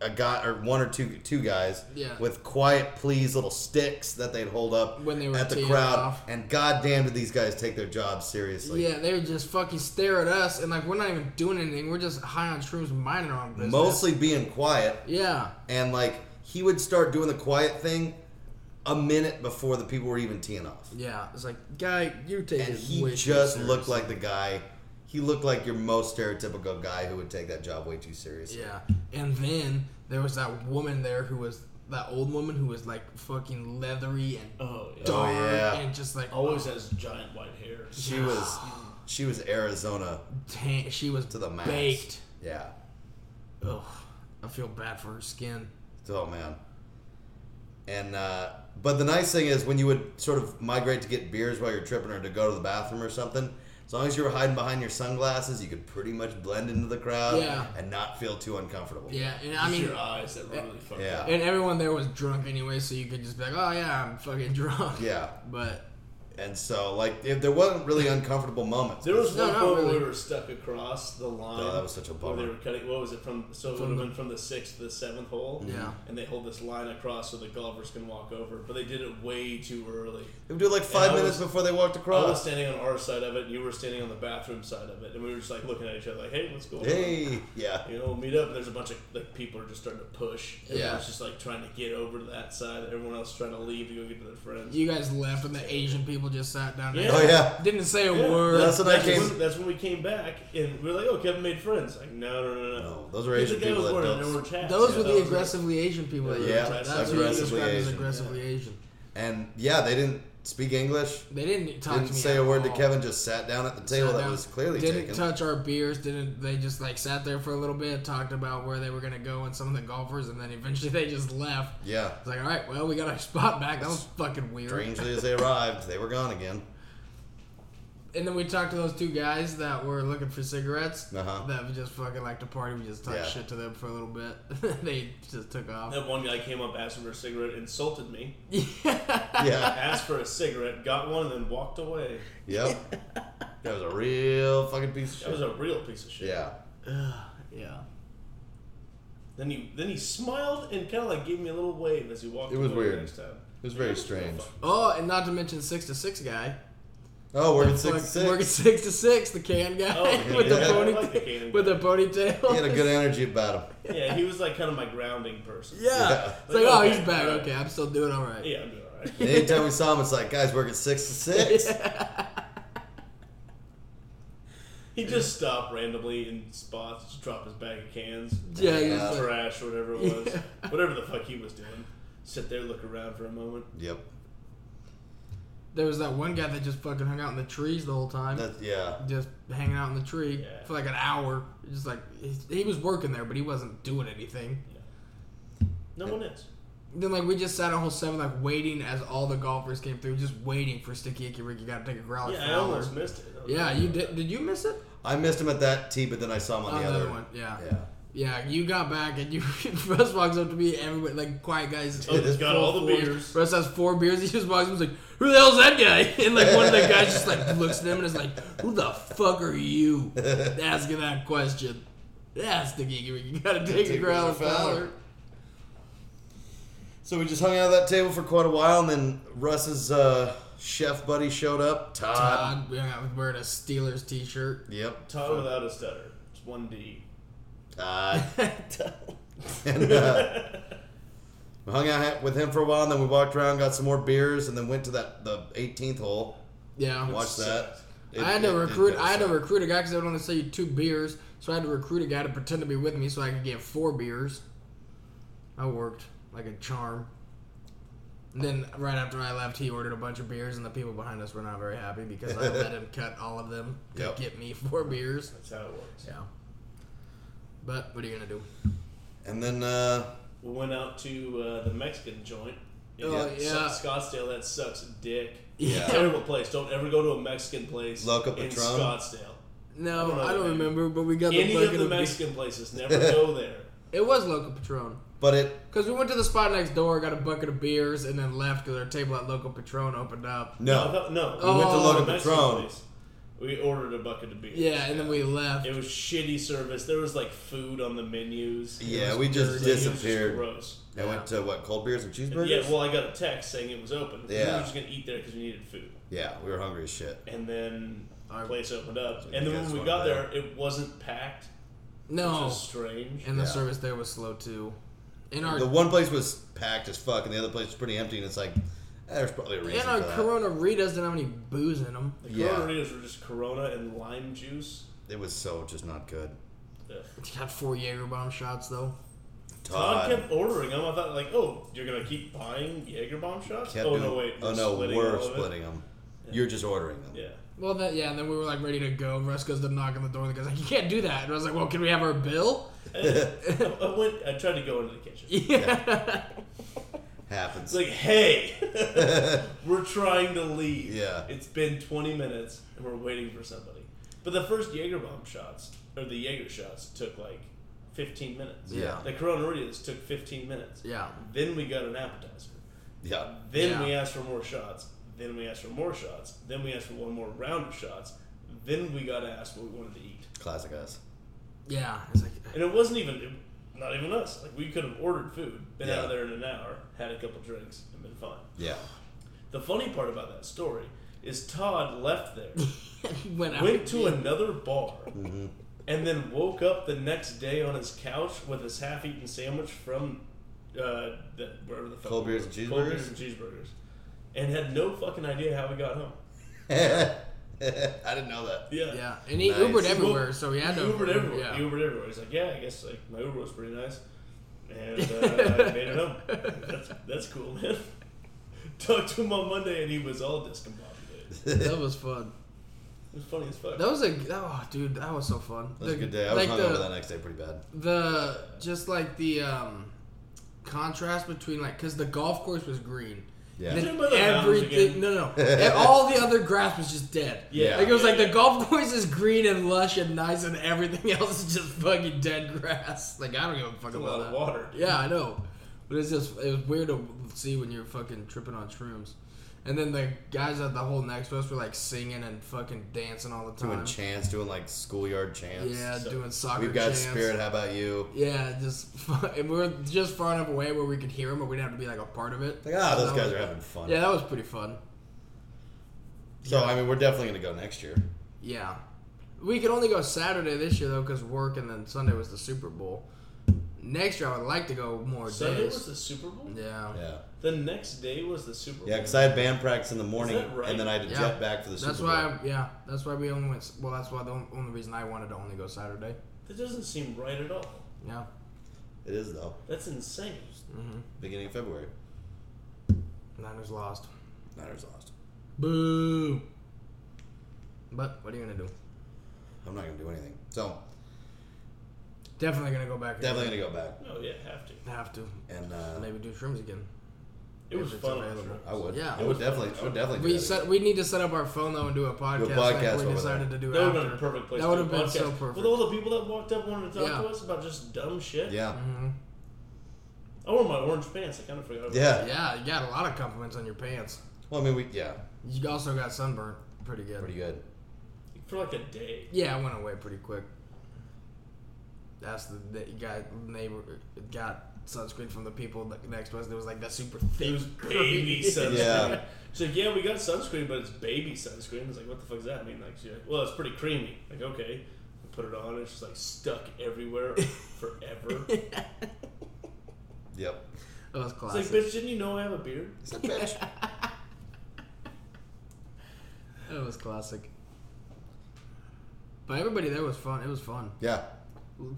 a guy or one or two two guys Yeah. with quiet please little sticks that they'd hold up When they were at the teeing crowd. off. And goddamn, did these guys take their jobs seriously? yeah. They would just fucking stare at us, and like we're not even doing anything. We're just high on shrooms, minding our own business. mostly being quiet Yeah. and like he would start doing the quiet thing a minute before the people were even teeing off. Yeah, it's like, guy, you take and it he way too just serious. looked like the guy. He looked like your most stereotypical guy who would take that job way too seriously. Yeah, and then there was that woman there who was that old woman who was like fucking leathery and Oh, yeah. Oh, Oh, dark yeah. and just like Always has giant white hair. She was, she was Arizona tan- she was to the max. baked. Yeah. Ugh, I feel bad for her skin. Oh man. And uh, but the nice thing is when you would sort of migrate to get beers while you're tripping or to go to the bathroom or something. As long as you were hiding behind your sunglasses, you could pretty much blend into the crowd Yeah. and not feel too uncomfortable. Yeah, and I It's mean, eh, your eyes that really fuck. Yeah. and everyone there was drunk anyway, so you could just be like, oh yeah, I'm fucking drunk. Yeah. but And so like if there wasn't really uncomfortable moments. There was No, one not point really. where we were stuck across the line. Oh, that was such a where bummer. They were cutting. What was it from? So it From would have the- been from the sixth to the seventh hole. Yeah. And they hold this line across so the golfers can walk over, but they did it way too early. They would do it like five I minutes was- before they walked I was across. standing on our side of it, and you were standing on the bathroom side of it, and we were just like looking at each other, like, "Hey, what's going on?" Hey, yeah. You know, we'll meet up. And there's a bunch of like people are just starting to push. Yeah. Everyone's just like trying to get over to that side. Everyone else trying to leave to go get to their friends. you guys left, and the Asian people just sat down. Yeah. Oh yeah. Didn't say a Yeah. word. That's what I That's came. when, that's when we came back, and we were like, "Oh, Kevin made friends." Like, no, no, no, no. No, those are Because the Asian guy people was that wearing don't. their chaps. Those Yeah, were that the was it. aggressively Asian people. that you Yeah, were- that's what you aggressively described as Asian. aggressively Asian. And yeah, they didn't. speak English. They didn't touch Didn't me say at a word to all. Kevin. Just sat down at the table Sat that down, was clearly didn't taken. touch our beers. Didn't they? Just like sat there for a little bit, talked about where they were gonna go and some of the golfers, and then eventually they just left. yeah. It's like, all right, well, we got our spot back. That was fucking weird. Strangely, as they arrived, they were gone again. And then we talked to those two guys that were looking for cigarettes. Uh-huh. That would just fucking like to party. We just talked Yeah. shit to them for a little bit. they just took off. That one guy came up, asked for a cigarette, insulted me, Yeah. asked for a cigarette, got one, and then walked away. yep. That was a real fucking piece of That was shit. a real piece of shit. Yeah. Yeah. Then he then he smiled and kind of like gave me a little wave as he walked. It was away the weird. Next time. It was very strange. Oh, and not to mention six to six guy. Oh, we're at Fuck, six Working six. six to six, the can guy Oh, yeah, with, the yeah. I like the ponytail, can with guy. the ponytail. He had a good energy about him. Yeah, he was like kind of my grounding person. Yeah. Yeah. It's like, oh, he's Okay, back. alright. Okay, I'm still doing all right. Yeah, I'm doing all right. And anytime we saw him, it's like, guys, working six to six. He just stopped randomly in spots, just dropped his bag of cans, Yeah, he Yeah. was like, trash, or whatever it was, Yeah. whatever the fuck he was doing. Sit there, look around for a moment. Yep. there was that one guy that just fucking hung out in the trees the whole time. That, yeah. just hanging out in the tree Yeah. for like an hour. Just like he, he was working there, but he wasn't doing anything. No one is. Then like we just sat a whole seven like waiting as all the golfers came through, just waiting for Sticky Icky Ricky got to take a growler. Yeah, I Fowler. almost missed it. I was Yeah, like, you did. Did you miss it? I missed him at that tee, but then I saw him on Oh, the the other other one, yeah. Yeah. Yeah, you got back and you Russ walks up to me. Everybody like quiet guys. Oh, he's got full all the force. beers. Russ has four beers. He just walks up and is like, "Who the hell's that guy?" And like one of the guys just like looks at him and is like, "Who the fuck are you?" Asking that question. That's the geeky. You gotta take a Take growler another Fowler. Fowler. So we just hung out at that table for quite a while, and then Russ's uh, chef buddy showed up. Todd. Todd, yeah, wearing a Steelers t-shirt. Yep. Todd without a stutter. It's one D. Todd. and uh, we hung out with him for a while, and then we walked around, got some more beers, and then went to that the 18th hole. Yeah, Watched that. It- I had to it- it recruit. kinda I had to sucked. recruit a guy because I would only sell you two beers, so I had to recruit a guy to pretend to be with me so I could get four beers. I worked like a charm. And then right after I left, he ordered a bunch of beers, and the people behind us were not very happy because I let him cut all of them to Yep. get me four beers. That's how it works. Yeah. But what are you gonna do? And then uh, We went out to uh, the Mexican joint. in Oh, Sc- yeah. Scottsdale. That sucks, dick. Yeah. Terrible place. Don't ever go to a Mexican place Loca in Patron? Scottsdale. No, I don't know I the don't name. remember, but we got Any the of bucket the of beer- Mexican places. Never go there. It was Local Patron. but it Because we went to the spot next door, got a bucket of beers, and then left because our table at Local Patron opened up. I no. Oh, thought- no. We went to Loca the Mexican Patron. place. We ordered a bucket of beer. Yeah, and then we left. It was shitty service. There was like food on the menus. Yeah, we It was just disappeared. Gross. I went to what cold beers and cheeseburgers. Yeah, well, I got a text saying it was open. We Yeah. were just gonna eat there because we needed food. Yeah, we were hungry as shit. And then I- our place opened up. you And then guys when we went got there. there, it wasn't packed. no. Which is strange. Oh. and the Yeah. service there was slow too. In our The one place was packed as fuck, and the other place was pretty empty. And it's like, eh, there's probably a reason. and our for that. Corona Ritas didn't have any booze in them. the yeah. Coronaditos were just Corona and lime juice. It was so just not good. Ugh. Got four Jagerbomb shots though. Todd, Todd kept ordering them. I thought like, oh, you're gonna keep buying Jaeger bomb shots? kept oh doing- no, wait. oh we're no, splitting we're all of it. splitting them. You're just ordering them. Yeah. Well, that yeah. And then we were like ready to go. Russ goes to knock on the door. The guy's like, "You can't do that." And I was like, "Well, can we have our bill?" I, I went. I tried to go into the kitchen. It's Happens. like, hey, we're trying to leave. Yeah. It's been 20 minutes and we're waiting for somebody. But the first Jaeger bomb shots or the Jaeger shots took like 15 minutes. Yeah. The Corona Ritas took 15 minutes. Yeah. Then we got an appetizer. yeah. Then Yeah. we asked for more shots. Then we asked for more shots. Then we asked for one more round of shots. Then we got asked what we wanted to eat, Classic us. Yeah. It's like and it wasn't even it- not even us. Like we could have ordered food, been out Yeah. of there in an hour, had a couple drinks, and been fine. Yeah. The funny part about that story is Todd left there, went out. went to another bar, Mm-hmm. and then woke up the next day on his couch with his half-eaten sandwich from uh, the, wherever the fuck Cold we beers were. and Cold cheeseburgers? beers and cheeseburgers, and had no fucking idea how we got home. I didn't know that. Yeah. yeah, and he Nice. Ubered Well, everywhere, so he He had to Ubered everywhere. Yeah. He Ubered everywhere. He's like, yeah, I guess like my Uber was pretty nice, and uh, I made it home. That's that's cool, man. talked to him on Monday, and he was all discombobulated. It that was fun. was funny as fuck. That was a oh, dude. That was so fun. That was a The- good day. I was like hungover the- that next day pretty bad. the just like the um contrast between like because the golf course was green Yeah. and then Talking about the mountains everything again. no no and all the other grass was just dead Yeah. like it was like the golf course is green and lush and nice and everything else is just fucking dead grass like I don't give a fuck a about lot that of water. dude. yeah I know but it's just it was weird to see when you're fucking tripping on shrooms and then the guys at the whole next to us were like singing and fucking dancing all the Doing time chants, doing like schoolyard chants. yeah So- doing soccer We've got chants. spirit. How about you? Yeah, just and we were just far enough away where we could hear him, but we didn't have to be like a part of it. Like, ah, So those that guys was- are having fun. Yeah, that was pretty fun. So I mean, we're definitely gonna go next year. Yeah, we could only go Saturday this year though, because work, and then Sunday was the Super Bowl. Next year, I would like to go more Sunday days. was the Super Bowl. yeah, Yeah. The next day was the Super Bowl. Yeah, because I had band practice in the morning, that right? and then I had to Yeah. jet back for the that's Super why. Bowl. I, yeah, that's why we only went. s- Well, that's why the on- only reason I wanted to only go Saturday. that doesn't seem right at all. Yeah, It is though. That's insane. Mm. Beginning of February. Niners lost. Niners lost. Boo. But what are you gonna do? I'm not gonna do anything. So Definitely gonna go back. definitely gonna go back No, Oh, yeah, have to. have to. and uh, Maybe do shrooms again. It If was it's fun. available. I would. Yeah. I would definitely. I would definitely. do We that set, again. we need to set up our phone though and do a podcast. podcast like over we decided there. to do That would after. have been a perfect place. That to do would've a been so podcast. perfect. With all the people that walked up wanting to talk Yeah. to us about just dumb shit. Yeah. Mm-hmm. I wore my orange pants. I kind of forgot. About Yeah. Yeah, you got a lot of compliments on your pants. Well, I mean, we. Yeah. You also got sunburnt pretty good. Pretty good. that. For like a day. Yeah, it went away pretty quick. That's the the guy neighbor got sunscreen from the people that- next to us. There was like that super thick It was cream. baby sunscreen. Yeah. She's like, yeah, we got sunscreen, but it's baby sunscreen. It's like, what the fuck does that mean? Like, she's like, well, it's pretty creamy. Like, okay. I put it on, and it's just like stuck everywhere forever. it's Yep. That was like, classic. bitch, didn't you know I have a beard? It's a bitch. that was classic. But everybody there was fun. It was fun. yeah.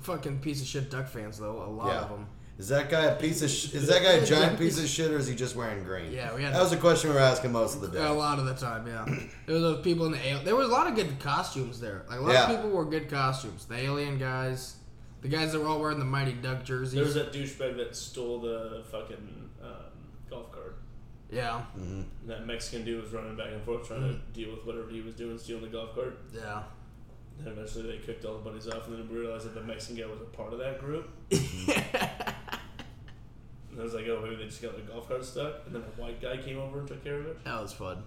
Fucking piece of shit duck fans though. A lot Yeah. of them. Is that guy a piece of? Sh- is that guy a giant piece of shit, or is he just wearing green? Yeah, we had- Uh, That was the question we were asking most of the day. Yeah, a lot of the time, yeah. there was those people in the alien. There was a lot of good costumes there. Like a lot Yeah. of people wore good costumes. The alien guys, the guys that were all wearing the Mighty Duck There was jerseys. that douchebag that stole the fucking um, golf cart. yeah, And that Mexican dude was running back and forth trying to deal with whatever he was doing, stealing the golf cart. yeah. And eventually they kicked all the buddies off, and then we realized that the Mexican guy was a part of that group. and I was like, oh, maybe they just got their golf cart stuck. And then a white guy came over and took care of it. That was fun.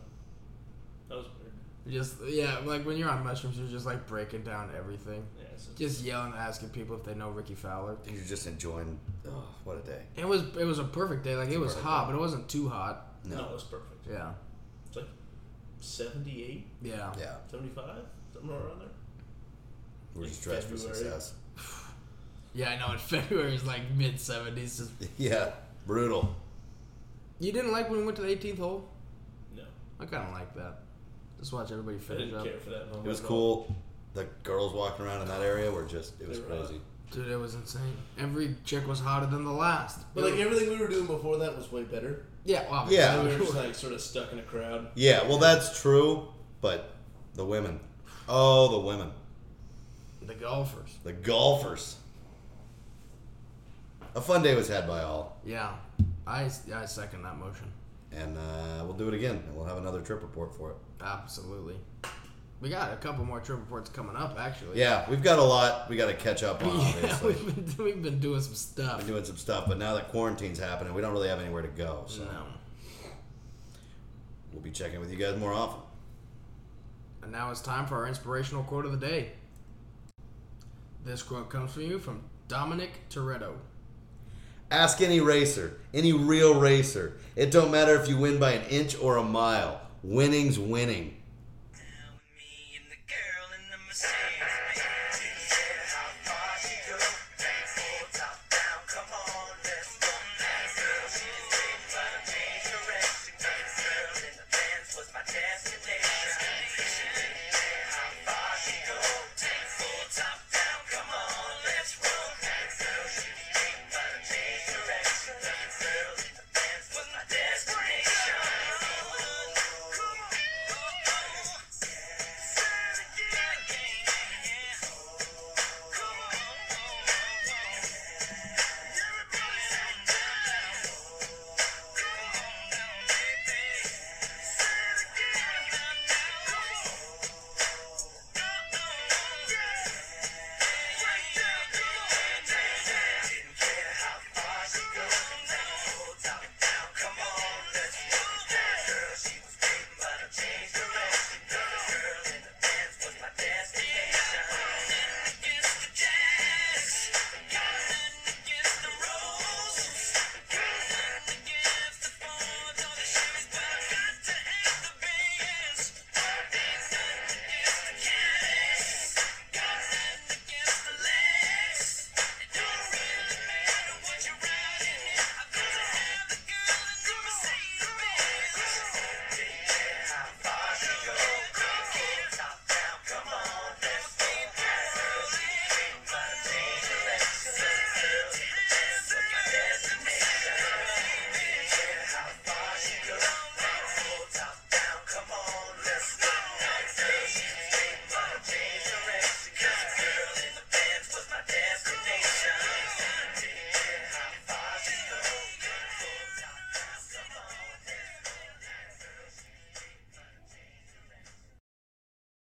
That was weird. Just yeah, like when you're on mushrooms, you're just like breaking down everything, Yeah, so just yelling, asking people if they know Ricky Fowler. You're just enjoying. Oh, what a day. It was it was a perfect day. Like it was hot, but it wasn't too hot. no. No. it was perfect. Yeah, It's like 78, yeah. Yeah. 75, somewhere around there. We're just dressed for February. success. Yeah, I know. In February is like mid seventies. Just Yeah. Brutal. you didn't like when we went to the 18th hole. No, I kind of like that. Just watch everybody I finish didn't up. care for that moment. It was at all. cool. The girls walking around in that area were just. It was They were hot. crazy. Dude, it was insane. Every chick was hotter than the last. But like everything we were doing before that was way better. yeah, well, Yeah. We were just like sort of stuck in a crowd. Yeah. Well, that's true. But the women. Oh, the women. the golfers. The golfers. A fun day was had by all, Yeah, I, I second that motion. and uh, we'll do it again, and we'll have another trip report for it. Absolutely. We got a couple more trip reports coming up, actually. Yeah, we've got a lot we got to catch up on. yeah Obviously, we've, been, we've been doing some stuff. been doing some stuff, but now that quarantine's happening, we don't really have anywhere to go. So no. we'll be checking with you guys more often. And now it's time for our inspirational quote of the day. This quote comes from you from Dominic Toretto. Ask any racer, any real racer. It don't matter if you win by an inch or a mile. Winning's winning.